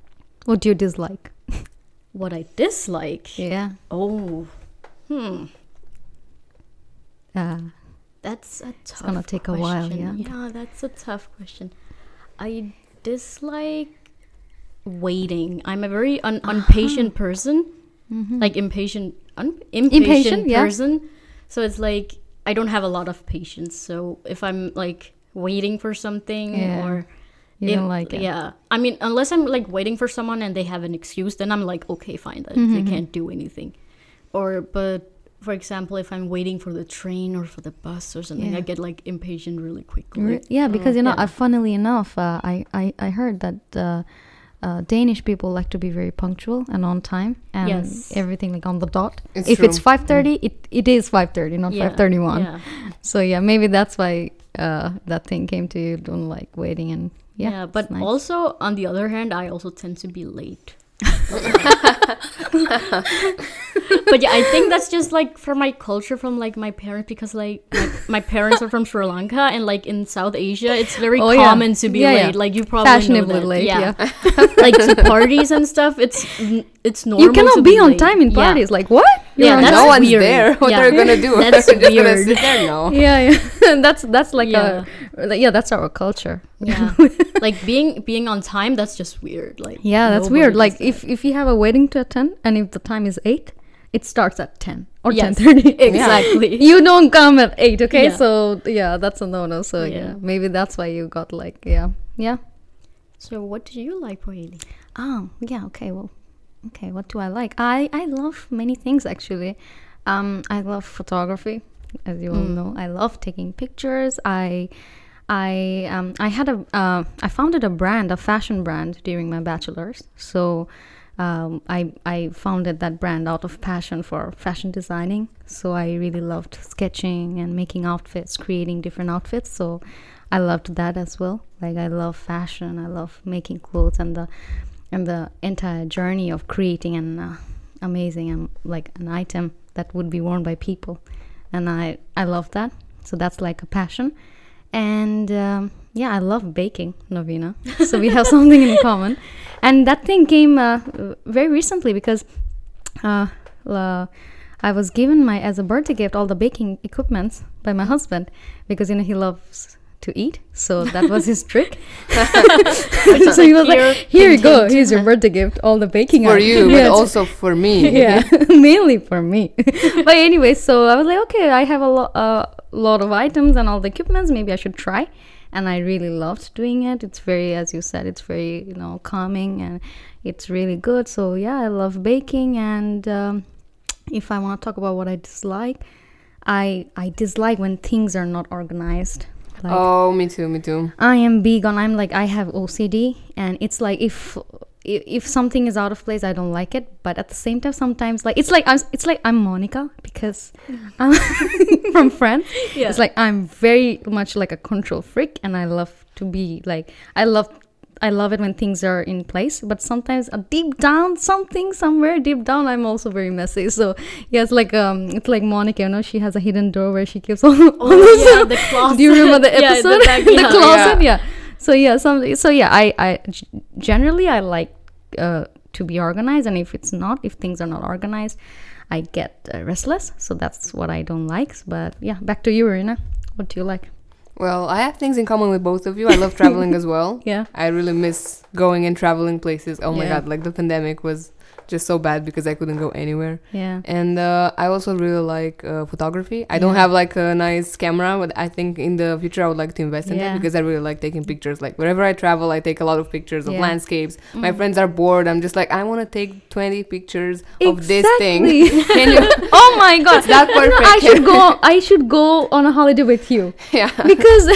Speaker 2: What do you dislike?
Speaker 1: What I dislike.
Speaker 2: Yeah.
Speaker 1: Oh. Hmm.
Speaker 2: Uh,
Speaker 1: That's a tough.
Speaker 2: gonna take a while,
Speaker 1: question. Yeah, that's a tough question. I dislike waiting. I'm a very un-
Speaker 2: Ah.
Speaker 1: impatient person, like impatient, un- impatient,
Speaker 2: Mm-hmm. Impatient, yeah.
Speaker 1: person. So it's like I don't have a lot of patience. So if I'm like waiting for something
Speaker 2: Yeah.
Speaker 1: or
Speaker 2: you
Speaker 1: if-
Speaker 2: don't like it.
Speaker 1: Yeah, I mean, unless I'm like waiting for someone and they have an excuse, then I'm like, okay, fine, that
Speaker 2: Mm-hmm,
Speaker 1: they can't do anything. Or, but for example, if I'm waiting for the train or for the bus or something,
Speaker 2: Yeah.
Speaker 1: I get like impatient really quickly.
Speaker 2: Re- yeah because you know
Speaker 1: yeah.
Speaker 2: uh, funnily enough uh, I, I i heard that uh, uh, Danish people like to be very punctual and on time and
Speaker 1: Yes.
Speaker 2: everything like on the dot.
Speaker 3: It's
Speaker 2: if
Speaker 3: true. Mm.
Speaker 2: it's 5:30, it, it is 5:30, not
Speaker 1: Yeah,
Speaker 2: 5:31.
Speaker 1: Yeah.
Speaker 2: So yeah, maybe that's why uh, that thing came to you. Don't like waiting and yeah.
Speaker 1: Yeah,
Speaker 2: it's
Speaker 1: but
Speaker 2: nice.
Speaker 1: also on the other hand, I also tend to be late. but yeah, I think that's just like from my culture, from like my parents, because like my, my parents are from Sri Lanka, and like in South Asia, it's very
Speaker 2: Oh, yeah.
Speaker 1: common to be
Speaker 2: Yeah, yeah.
Speaker 1: late. Like you probably know
Speaker 2: fashionably
Speaker 1: that.
Speaker 2: late. Yeah,
Speaker 1: like to parties and stuff. It's n- it's normal.
Speaker 2: you cannot
Speaker 1: to
Speaker 2: be on
Speaker 1: late.
Speaker 2: time in
Speaker 1: Yeah.
Speaker 2: parties. Like what? You're
Speaker 1: Yeah,
Speaker 2: on
Speaker 1: that's
Speaker 3: no one's
Speaker 1: weird.
Speaker 3: there. What
Speaker 1: Yeah.
Speaker 3: are you gonna do?
Speaker 1: That's
Speaker 3: You're just gonna
Speaker 1: weird.
Speaker 3: sit there? No.
Speaker 2: yeah, yeah. that's that's like
Speaker 1: Yeah.
Speaker 2: a like, yeah. That's our culture.
Speaker 1: Yeah, like being being on time. That's just weird. Like
Speaker 2: Yeah, that's
Speaker 1: nobody
Speaker 2: weird.
Speaker 1: does
Speaker 2: Like
Speaker 1: that.
Speaker 2: if if you have a wedding to attend and if the time is eight, it starts at ten or ten
Speaker 1: Yes,
Speaker 2: thirty.
Speaker 1: exactly.
Speaker 2: You don't come at eight, okay?
Speaker 1: Yeah.
Speaker 2: So yeah, that's a no no. So yeah.
Speaker 1: Yeah.
Speaker 2: maybe that's why you got like yeah yeah.
Speaker 1: So what do you like, Haley?
Speaker 2: Oh, yeah, okay. Well, okay, what do I like? I I love many things actually. Um I love photography, as you all know. I love taking pictures. I I um I had a uh, I founded a brand, a fashion brand during my bachelor's. So um, I I founded that brand out of passion for fashion designing. So I really loved sketching and making outfits, creating different outfits. So I loved that as well. Like I love fashion, I love making clothes and the and the entire journey of creating an uh, amazing um, like an item that would be worn by people and i i love that so that's like a passion and um, yeah i love baking novena so we have something in common and that thing came uh, very recently because uh, la- I was given my as a birthday gift all the baking equipments by my husband because you know he loves to eat, so that was his trick. so he was like, "Here you go, here's your birthday gift, all the baking
Speaker 3: For
Speaker 2: items."
Speaker 3: you, but
Speaker 2: Yes.
Speaker 3: also for me.
Speaker 2: yeah, mainly for me. but anyway, so I was like, okay, I have a, lo- a lot of items and all the equipments. Maybe I should try. And I really loved doing it. It's very, as you said, it's very you know calming and it's really good. So yeah, I love baking. And um, if I want to talk about what I dislike, I I dislike when things are not organized. Like,
Speaker 3: Oh, me too. Me too.
Speaker 2: I am big on I'm like I have OCD and it's like if if if something is out of place I don't like it but at the same time sometimes like it's like I'm it's like I'm Monica because I'm from France
Speaker 1: Yeah.
Speaker 2: it's like I'm very much like a control freak and I love to be like I love I love it when things are in place but sometimes uh, deep down something somewhere deep down I'm also very messy so yeah it's like um it's like Monica you know she has a hidden door where she keeps all, all those-
Speaker 1: Oh, yeah, the closet.
Speaker 2: do you remember the
Speaker 1: Yeah, the
Speaker 2: episode?
Speaker 1: back- yeah.
Speaker 2: closet, yeah. So yeah, some so yeah, I I g- generally I like uh, to be organized, and if it's not, if things are not organized, I get uh, restless. So that's what I don't like. But yeah, back to you, Irina. What do you like?
Speaker 3: Well, I have things in common with both of you. I love traveling as well.
Speaker 2: Yeah.
Speaker 3: I really miss going and traveling places. Oh my
Speaker 2: Yeah.
Speaker 3: god, like the pandemic was just so bad because I couldn't go anywhere.
Speaker 2: Yeah.
Speaker 3: And uh, I also really like uh, photography. I don't
Speaker 2: Yeah.
Speaker 3: have like a nice camera, but I think in the future I would like to invest in
Speaker 2: Yeah.
Speaker 3: it because I really like taking pictures. Like wherever I travel, I take a lot of pictures of
Speaker 2: Yeah. Mm.
Speaker 3: landscapes. My friends are bored. I'm just like, I want to take 20 pictures of this thing.
Speaker 2: Exactly.
Speaker 3: Can you?
Speaker 2: oh my god,
Speaker 3: It's that
Speaker 2: You know, I
Speaker 3: perfect.
Speaker 2: should go. I should go on a holiday with you.
Speaker 3: yeah.
Speaker 2: because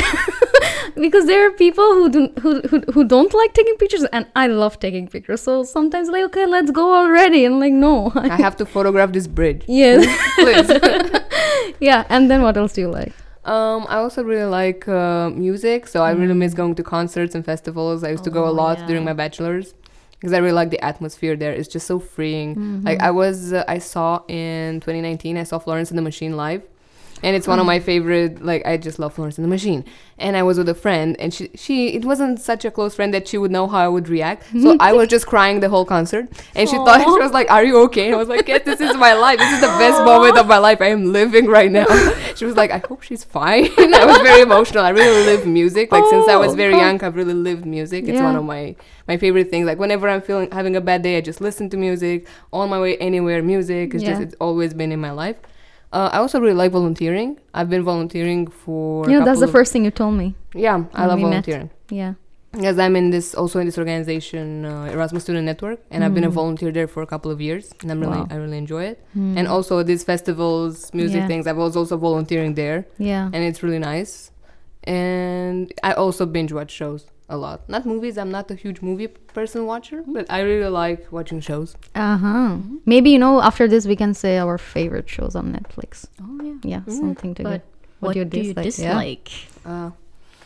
Speaker 2: because there are people who don't who, who, who don't like taking pictures and i love taking pictures so sometimes like okay let's go already and like no
Speaker 3: I have to photograph this bridge.
Speaker 2: yes
Speaker 3: Please.
Speaker 2: yeah and then what else do you like
Speaker 3: Um, I also really like uh, music, so I really miss going to concerts and festivals. I used to go a
Speaker 1: Mm. Oh,
Speaker 3: lot
Speaker 1: yeah.
Speaker 3: during my bachelor's because I really like the atmosphere there. It's just so freeing.
Speaker 1: Mm-hmm.
Speaker 3: Like I was, uh, I saw in 2019, I saw Florence and the Machine live, and it's
Speaker 1: Mm.
Speaker 3: one of my favorite. Like I just love Florence and the Machine, and I was with a friend, and she, she, it wasn't such a close friend that she would know how I would react. So I was just crying the whole concert, and she thought she
Speaker 1: Aw.
Speaker 3: was like, "Are you okay?" And I was like, "Yes, this is my life. This is the best moment of my life. I am living right now." she was like, I hope she's fine. I was very emotional. I really live music. Like since I was
Speaker 2: Oh,
Speaker 3: very
Speaker 2: oh.
Speaker 3: young, I've really lived music. It's one
Speaker 2: Yeah.
Speaker 3: of my my favorite things. Like whenever I'm feeling having a bad day, I just listen to music. On my way anywhere, music. It's just
Speaker 2: Yeah.
Speaker 3: it's always been in my life. Uh, I also really like volunteering. I've been volunteering for a
Speaker 2: you know that's
Speaker 3: couple
Speaker 2: the
Speaker 3: of-
Speaker 2: first thing you told me
Speaker 3: yeah. I
Speaker 2: when
Speaker 3: love
Speaker 2: we met.
Speaker 3: volunteering.
Speaker 2: yeah
Speaker 3: Yes, I'm in this also in this organization, uh, Erasmus Student Network, and I've been a volunteer there for a couple of years, and I'm really
Speaker 2: Mm. Wow. Mm.
Speaker 3: I really enjoy it.
Speaker 2: Hmm.
Speaker 3: And also these festivals, music
Speaker 2: Yeah.
Speaker 3: things. I was also volunteering there
Speaker 2: yeah
Speaker 3: and it's really nice. And I also binge watch shows. a lot. Not movies. I'm not a huge movie person watcher,
Speaker 2: Mm.
Speaker 3: but I really like watching shows.
Speaker 2: Uh huh. Maybe you know after this we can say our favorite shows on Netflix.
Speaker 1: Oh yeah.
Speaker 2: Yeah,
Speaker 3: Mm-hmm.
Speaker 2: something to
Speaker 1: But
Speaker 2: get.
Speaker 1: what, do you dislike?
Speaker 2: Yeah.
Speaker 3: Uh,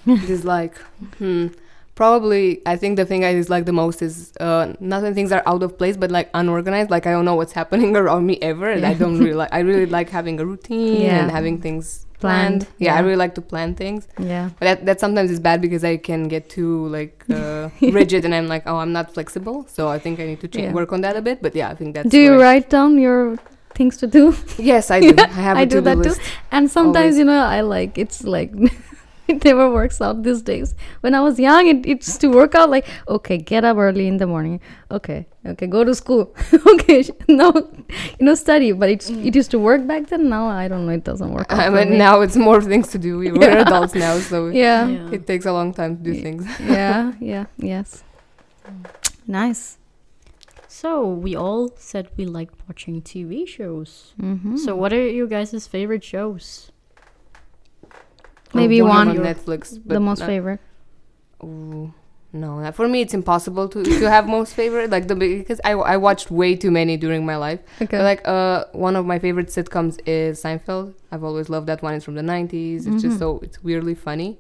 Speaker 3: dislike. Hmm. Probably, I think the thing I dislike the most is uh, not when things are out of place, but like unorganized. Like I don't know what's happening around me ever, and I don't really like. I really like having a routine
Speaker 2: Yeah.
Speaker 3: and having things
Speaker 2: Planned,
Speaker 3: planned. Yeah, I
Speaker 2: yeah.
Speaker 3: really like to plan things,
Speaker 2: Yeah.
Speaker 3: but that, that sometimes is bad because I can get too like uh, rigid, and I'm like, oh, I'm not flexible. So I think I need to ch-
Speaker 2: Yeah.
Speaker 3: work on that a bit. But yeah, I think that's.
Speaker 2: do
Speaker 3: what
Speaker 2: you
Speaker 3: I-
Speaker 2: write down your things to do?
Speaker 3: Yes, I do. I have a
Speaker 2: I do
Speaker 3: to-do
Speaker 2: that too.
Speaker 3: list.
Speaker 2: And sometimes
Speaker 3: Always.
Speaker 2: you know I like it's like it never works out these days. When I was young, it, it's to work out like okay, get up early in the morning. Okay, okay, go to school. okay, sh- no, you know study. But it's it used to work back then. Now I don't know. It doesn't work. Out
Speaker 3: Mm. I
Speaker 2: for
Speaker 3: mean,
Speaker 2: me.
Speaker 3: now it's more things to do. We- We're adults now, so
Speaker 2: Yeah.
Speaker 1: Yeah.
Speaker 3: it takes a long time to do
Speaker 2: Yeah.
Speaker 3: things.
Speaker 2: yeah, yeah, yes.
Speaker 3: Mm.
Speaker 2: Nice.
Speaker 1: So we all said we liked watching TV shows.
Speaker 2: Mm-hmm.
Speaker 1: So what are you guys' favorite shows?
Speaker 2: Maybe
Speaker 3: Or
Speaker 2: one.
Speaker 3: on Netflix. But
Speaker 2: the most
Speaker 3: not-
Speaker 2: favorite.
Speaker 3: Ooh, no, not- for me it's impossible to, to have most favorite. Like the because I, I watched way too many during my life.
Speaker 2: Okay.
Speaker 3: But like uh, one of my favorite sitcoms is Seinfeld. I've always loved that one. It's from the 90s It's
Speaker 2: Mm-hmm.
Speaker 3: just so it's weirdly funny.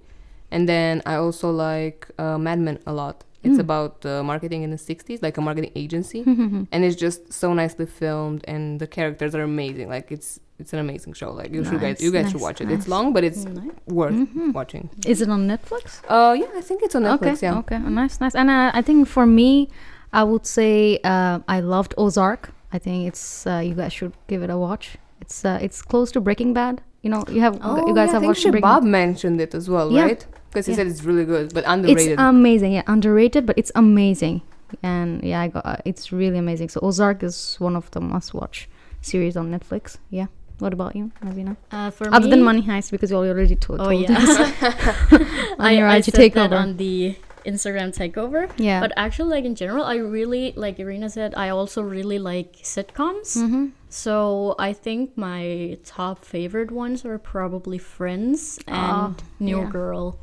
Speaker 3: And then I also like uh, Mad Men a lot. It's
Speaker 2: Mm.
Speaker 3: about uh, marketing in the 60s, like a marketing agency,
Speaker 2: Hmm.
Speaker 3: and it's just so nicely filmed, and the characters are amazing. Like it's it's an amazing show. Like you should
Speaker 2: Nice,
Speaker 3: guys you guys should
Speaker 2: nice,
Speaker 3: watch it.
Speaker 2: nice. Mm-hmm.
Speaker 3: It's long, but it's
Speaker 1: Nice.
Speaker 3: worth watching.
Speaker 2: Is it on Netflix?
Speaker 3: Uh, yeah, I think it's on Netflix.
Speaker 2: okay.
Speaker 3: yeah.
Speaker 2: Okay. Oh, nice, nice. And uh, I think for me, I would say uh, I loved Ozark. I think it's uh, you guys should give it a watch. It's uh, it's close to Breaking Bad. You know, you have
Speaker 1: Oh,
Speaker 2: you guys have
Speaker 3: Oh, yeah, I think
Speaker 2: watched Breaking
Speaker 3: Shabab mentioned it as well,
Speaker 2: Yeah.
Speaker 3: right? Because he
Speaker 2: Yeah.
Speaker 3: said it's really good, but
Speaker 2: It's um,
Speaker 3: underrated.
Speaker 2: amazing. Yeah, underrated, but it's amazing. And yeah, I got uh, it's really amazing. So Ozark is one of the must-watch series on Netflix. Yeah. What about you, Nazina?
Speaker 1: Uh, for
Speaker 2: Other than
Speaker 1: me-
Speaker 2: Money Heist, because you already told.
Speaker 1: Oh
Speaker 2: told
Speaker 1: yeah.
Speaker 2: on your
Speaker 1: I, I
Speaker 2: IG
Speaker 1: said that
Speaker 2: takeover.
Speaker 1: on the Instagram takeover.
Speaker 2: Yeah.
Speaker 1: But actually, like in general, I really like Irina said. I also really like sitcoms.
Speaker 2: Hmm. Mm-hmm.
Speaker 1: So I think my top favorite ones are probably Friends and
Speaker 2: Oh,
Speaker 1: New
Speaker 2: yeah.
Speaker 1: Girl.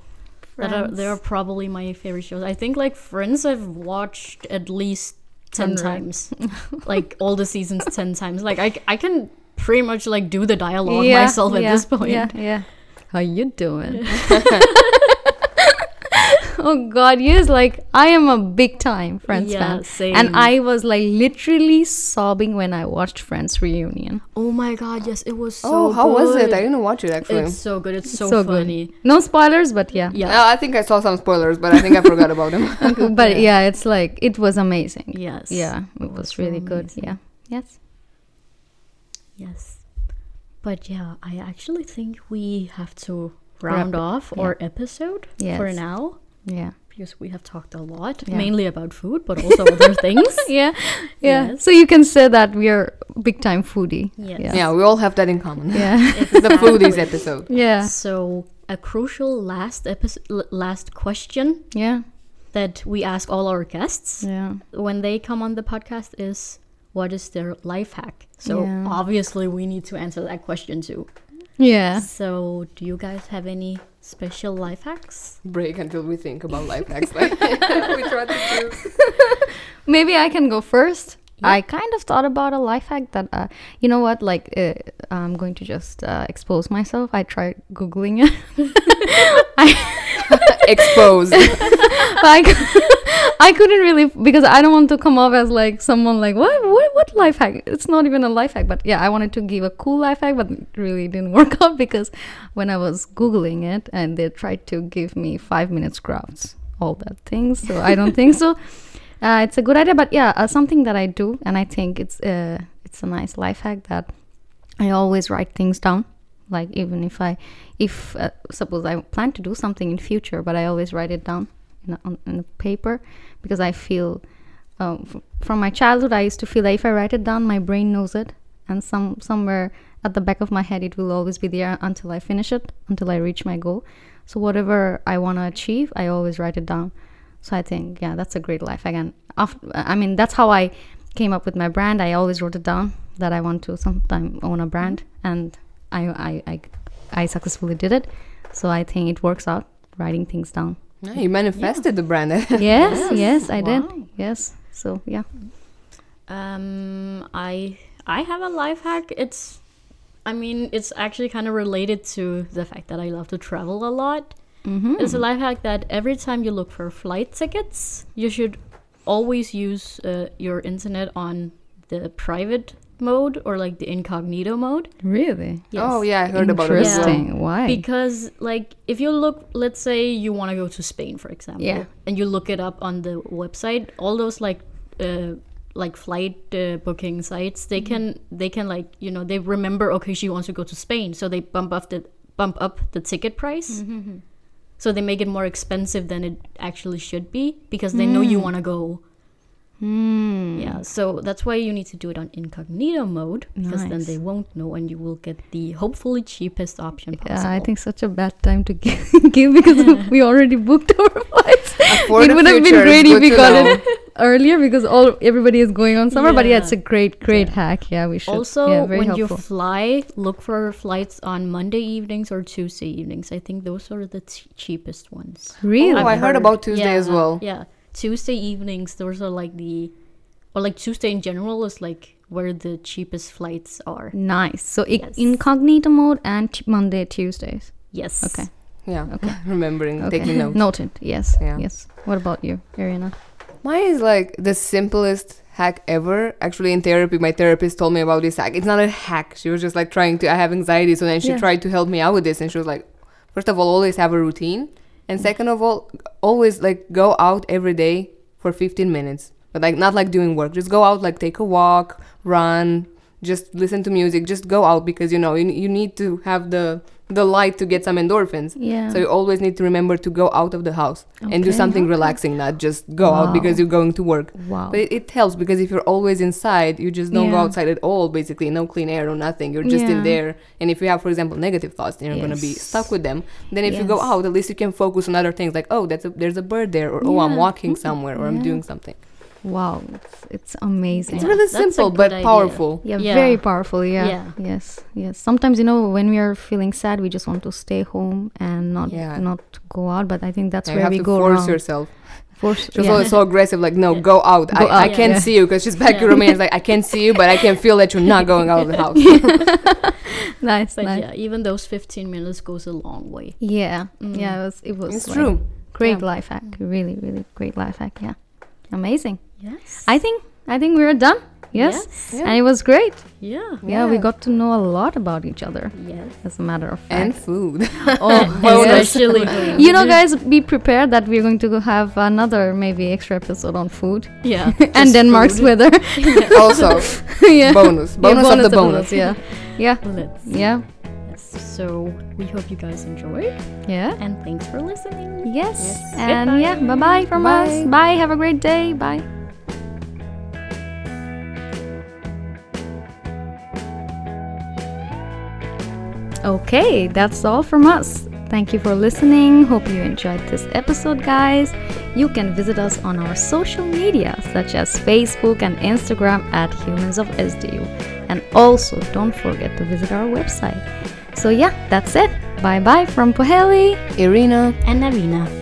Speaker 1: That are they are probably my favorite shows. I think like Friends I've watched at least ten
Speaker 2: 100.
Speaker 1: times, like all the seasons ten times. Like I c- I can pretty much like do the dialogue myself at this point.
Speaker 2: Yeah, yeah. How you doing? oh God, yes. Like I am a big time Friends
Speaker 1: Yeah,
Speaker 2: fan,
Speaker 1: same.
Speaker 2: and I was like literally sobbing when I watched Friends reunion.
Speaker 1: Oh my god, yes, it was so.
Speaker 3: oh, how was it?
Speaker 1: good.
Speaker 3: I didn't watch it actually.
Speaker 1: It's so good. It's so,
Speaker 2: good.
Speaker 1: funny.
Speaker 2: No spoilers, but yeah.
Speaker 1: Yeah.
Speaker 3: Uh, I think I saw some spoilers, but I think I forgot about them.
Speaker 2: but yeah, it's like it was amazing.
Speaker 1: Yes.
Speaker 2: Yeah, it was
Speaker 1: so
Speaker 2: really good.
Speaker 1: amazing.
Speaker 2: Yeah. Yes.
Speaker 1: Yes. But yeah, I actually think we have to round off our episode for
Speaker 2: Yes.
Speaker 1: now
Speaker 2: Yeah.
Speaker 1: because we have talked a lot,
Speaker 2: Yeah.
Speaker 1: mainly about food, but also other things.
Speaker 2: Yeah. Yeah.
Speaker 1: Yes.
Speaker 2: So you can say that we are big time foodie.
Speaker 1: Yes.
Speaker 2: Yeah.
Speaker 3: yeah, we all have that in common.
Speaker 2: Yeah.
Speaker 3: It's the foodies episode.
Speaker 2: Yeah.
Speaker 1: So a crucial last episode, last question
Speaker 2: Yeah.
Speaker 1: that we ask all our guests
Speaker 2: Yeah.
Speaker 1: when they come on the podcast is what is their life hack? So
Speaker 2: Yeah.
Speaker 1: obviously we need to answer that question too.
Speaker 2: Yeah.
Speaker 1: So do you guys have any special life hacks?
Speaker 3: Break until we think about life hacks. Like, we try to choose.
Speaker 2: Maybe I can go first. I kind of thought about a life hack that, uh, you know what, like uh, I'm going to just uh, expose myself. I tried Googling it.
Speaker 3: Exposed.
Speaker 2: I, cou- I couldn't really, because I don't want to come off as like someone like, what, what, what life hack? It's not even a life hack. But yeah, I wanted to give a cool life hack, but it really didn't work out because when I was Googling it and they tried to give me five minutes crafts, all that things. So I don't think so. Uh, it's a good idea, but yeah, uh, something that I do, and I think it's uh, it's a nice life hack that I always write things down. Like even if I, if uh, suppose I plan to do something in future, but I always write it down in a, on, in a paper because I feel um, f- from my childhood I used to feel that if I write it down, my brain knows it, and some somewhere at the back of my head it will always be there until I finish it, until I reach my goal. So whatever I want to achieve, I always write it down. So I think yeah, that's a great life. I can. After, I mean, that's how I came up with my brand. I always wrote it down that I want to sometime own a brand, and I I I, I successfully did it. So I think it works out writing things down.
Speaker 3: Yeah, you manifested the brand.
Speaker 2: yes, yes, I did.
Speaker 1: Wow.
Speaker 2: Yes. So yeah.
Speaker 1: Um, I I have a life hack. It's, I mean, it's actually kind of related to the fact that I love to travel a lot.
Speaker 2: Mm-hmm.
Speaker 1: It's a life hack that every time you look for flight tickets, you should always use uh, your internet on the private mode or like the incognito mode.
Speaker 2: Really
Speaker 3: Oh yeah, I heard about it. as well.
Speaker 2: interesting. Why?
Speaker 1: Because, like, if you look, let's say you want to go to Spain, for example,
Speaker 2: Yeah.
Speaker 1: and you look it up on the website, all those like, uh, like flight uh, booking sites,
Speaker 2: Mm-hmm.
Speaker 1: they can, they can like, you know, they remember, okay, she wants to go to Spain, so they bump up the bump up the ticket
Speaker 2: Mm-hmm.
Speaker 1: price,
Speaker 3: Mm-hmm.
Speaker 1: so they make it more expensive than it actually should be because they know
Speaker 2: Mm.
Speaker 1: you want to go.
Speaker 2: Hmm.
Speaker 1: Yeah, so that's why you need to do it on incognito mode because then
Speaker 2: Nice.
Speaker 1: they won't know, and you will get the hopefully cheapest option possible.
Speaker 2: Yeah, I think such a bad time to give, give because we already booked our flights.
Speaker 3: For
Speaker 2: it
Speaker 3: the
Speaker 2: would have been
Speaker 3: future,
Speaker 2: great
Speaker 3: it's
Speaker 2: if we
Speaker 3: good to
Speaker 2: got
Speaker 3: know.
Speaker 2: it earlier because all everybody is going on summer. But yeah,
Speaker 1: Yeah.
Speaker 2: it's a great, great hack. Yeah, we should.
Speaker 1: Also,
Speaker 2: yeah, very
Speaker 1: when you
Speaker 2: helpful.
Speaker 1: fly, look for flights on Monday evenings or Tuesday evenings. I think those are the t- cheapest ones.
Speaker 2: really,
Speaker 3: Oh, I heard about Tuesday
Speaker 1: Yeah,
Speaker 3: as well.
Speaker 1: Yeah, Tuesday evenings. Those are like the, or like Tuesday in general is like where the cheapest flights are.
Speaker 2: nice. So i-
Speaker 1: Yes.
Speaker 2: incognito mode and t- Monday, Tuesdays.
Speaker 1: Yes.
Speaker 2: Okay.
Speaker 3: Yeah,
Speaker 2: Okay.
Speaker 3: remembering,
Speaker 2: Okay.
Speaker 3: taking notes.
Speaker 2: Noted. Yes.
Speaker 3: Yeah.
Speaker 2: Yes. What about you, Irina?
Speaker 3: Mine is like the simplest hack ever. Actually, in therapy, my therapist told me about this hack. It's not a hack. She was just like trying to. I have anxiety, so then she
Speaker 2: Yeah.
Speaker 3: tried to help me out with this, and she was like, first of all, always have a routine, and second of all, always like go out every day for 15 minutes, but like not like doing work. Just go out, like take a walk, run, just listen to music, just go out because you know you, you need to have the the light to get some endorphins.
Speaker 2: Yeah.
Speaker 3: So you always need to remember to go out of the house and do
Speaker 2: Okay.
Speaker 3: something relaxing, not just go
Speaker 2: Wow.
Speaker 3: out because you're going to work.
Speaker 2: wow.
Speaker 3: But it, it helps because if you're always inside, you just don't go
Speaker 2: Yeah.
Speaker 3: outside at all, basically, no clean air or nothing. You're just
Speaker 2: Yeah.
Speaker 3: in there. And if you have, for example, negative thoughts, then you're going to be
Speaker 2: Yes.
Speaker 3: stuck with them. Then if you go
Speaker 2: Yes.
Speaker 3: out, at least you can focus on other things like, oh, that's a, there's a bird there, or oh, I'm
Speaker 2: Yeah.
Speaker 3: walking
Speaker 2: Mm.
Speaker 3: somewhere, or I'm
Speaker 2: Yeah.
Speaker 3: doing something.
Speaker 2: wow. It's, it's amazing.
Speaker 3: It's
Speaker 1: Yeah,
Speaker 3: really
Speaker 1: that's a
Speaker 3: simple
Speaker 1: good
Speaker 3: but
Speaker 1: idea.
Speaker 3: powerful.
Speaker 2: Yeah,
Speaker 1: Yeah.
Speaker 2: very powerful. Yeah.
Speaker 1: Yeah.
Speaker 2: Yes. Yes. Sometimes you know when we are feeling sad, we just want to stay home and not
Speaker 3: Yeah.
Speaker 2: not go out. But I think that's
Speaker 3: Yeah, you
Speaker 2: where
Speaker 3: have
Speaker 2: we
Speaker 3: to
Speaker 2: go
Speaker 3: force
Speaker 2: wrong.
Speaker 3: yourself.
Speaker 2: Force.
Speaker 3: She was
Speaker 2: yeah.
Speaker 3: always so aggressive, like, no,
Speaker 1: Yeah.
Speaker 3: go out.
Speaker 2: Go
Speaker 3: I, I
Speaker 1: out.
Speaker 3: can't
Speaker 2: Yeah.
Speaker 3: see you because she's back
Speaker 1: Yeah.
Speaker 3: in Romania. It's like, I can't see you, but I can feel that you're not going out of the house.
Speaker 2: nice.
Speaker 1: But
Speaker 2: nice.
Speaker 1: yeah, even those 15 minutes goes a long way.
Speaker 2: Yeah.
Speaker 1: Mm.
Speaker 2: Yeah. It was. It was
Speaker 3: It's
Speaker 2: like
Speaker 3: true.
Speaker 2: Great
Speaker 3: Yeah. Mm.
Speaker 2: life hack. Really, really great life hack. Yeah. Amazing.
Speaker 1: Yes.
Speaker 2: I think. I think we're done. Yes. And it was great.
Speaker 1: Yeah.
Speaker 2: Yeah. We
Speaker 3: Yeah.
Speaker 2: got to know a lot about each other.
Speaker 1: Yes.
Speaker 2: As a matter of fact.
Speaker 3: And food.
Speaker 2: oh, yes.
Speaker 1: Especially doing-
Speaker 2: You know, guys, be prepared that we're going to go have another maybe extra episode on food
Speaker 1: Yeah.
Speaker 2: and Denmark's weather.
Speaker 3: also,
Speaker 2: yeah.
Speaker 3: bonus. Bonus,
Speaker 2: yeah,
Speaker 3: of the bonus.
Speaker 2: Yeah. Yeah.
Speaker 1: Let's.
Speaker 2: Yeah.
Speaker 1: So we hope you guys enjoyed,
Speaker 2: Yeah.
Speaker 1: and thanks for listening.
Speaker 2: Yes.
Speaker 1: Yes.
Speaker 2: And
Speaker 1: Goodbye.
Speaker 2: yeah, bye bye from
Speaker 3: Bye.
Speaker 2: us. Bye. Have a great day. Bye. Okay, that's all from us. Thank you for listening. Hope you enjoyed this episode, guys. You can visit us on our social media, such as Facebook and Instagram at Humans of SDU. And also, don't forget to visit our website. So, yeah, that's it. Bye bye from Poheli.
Speaker 3: Irina.
Speaker 1: And Navina.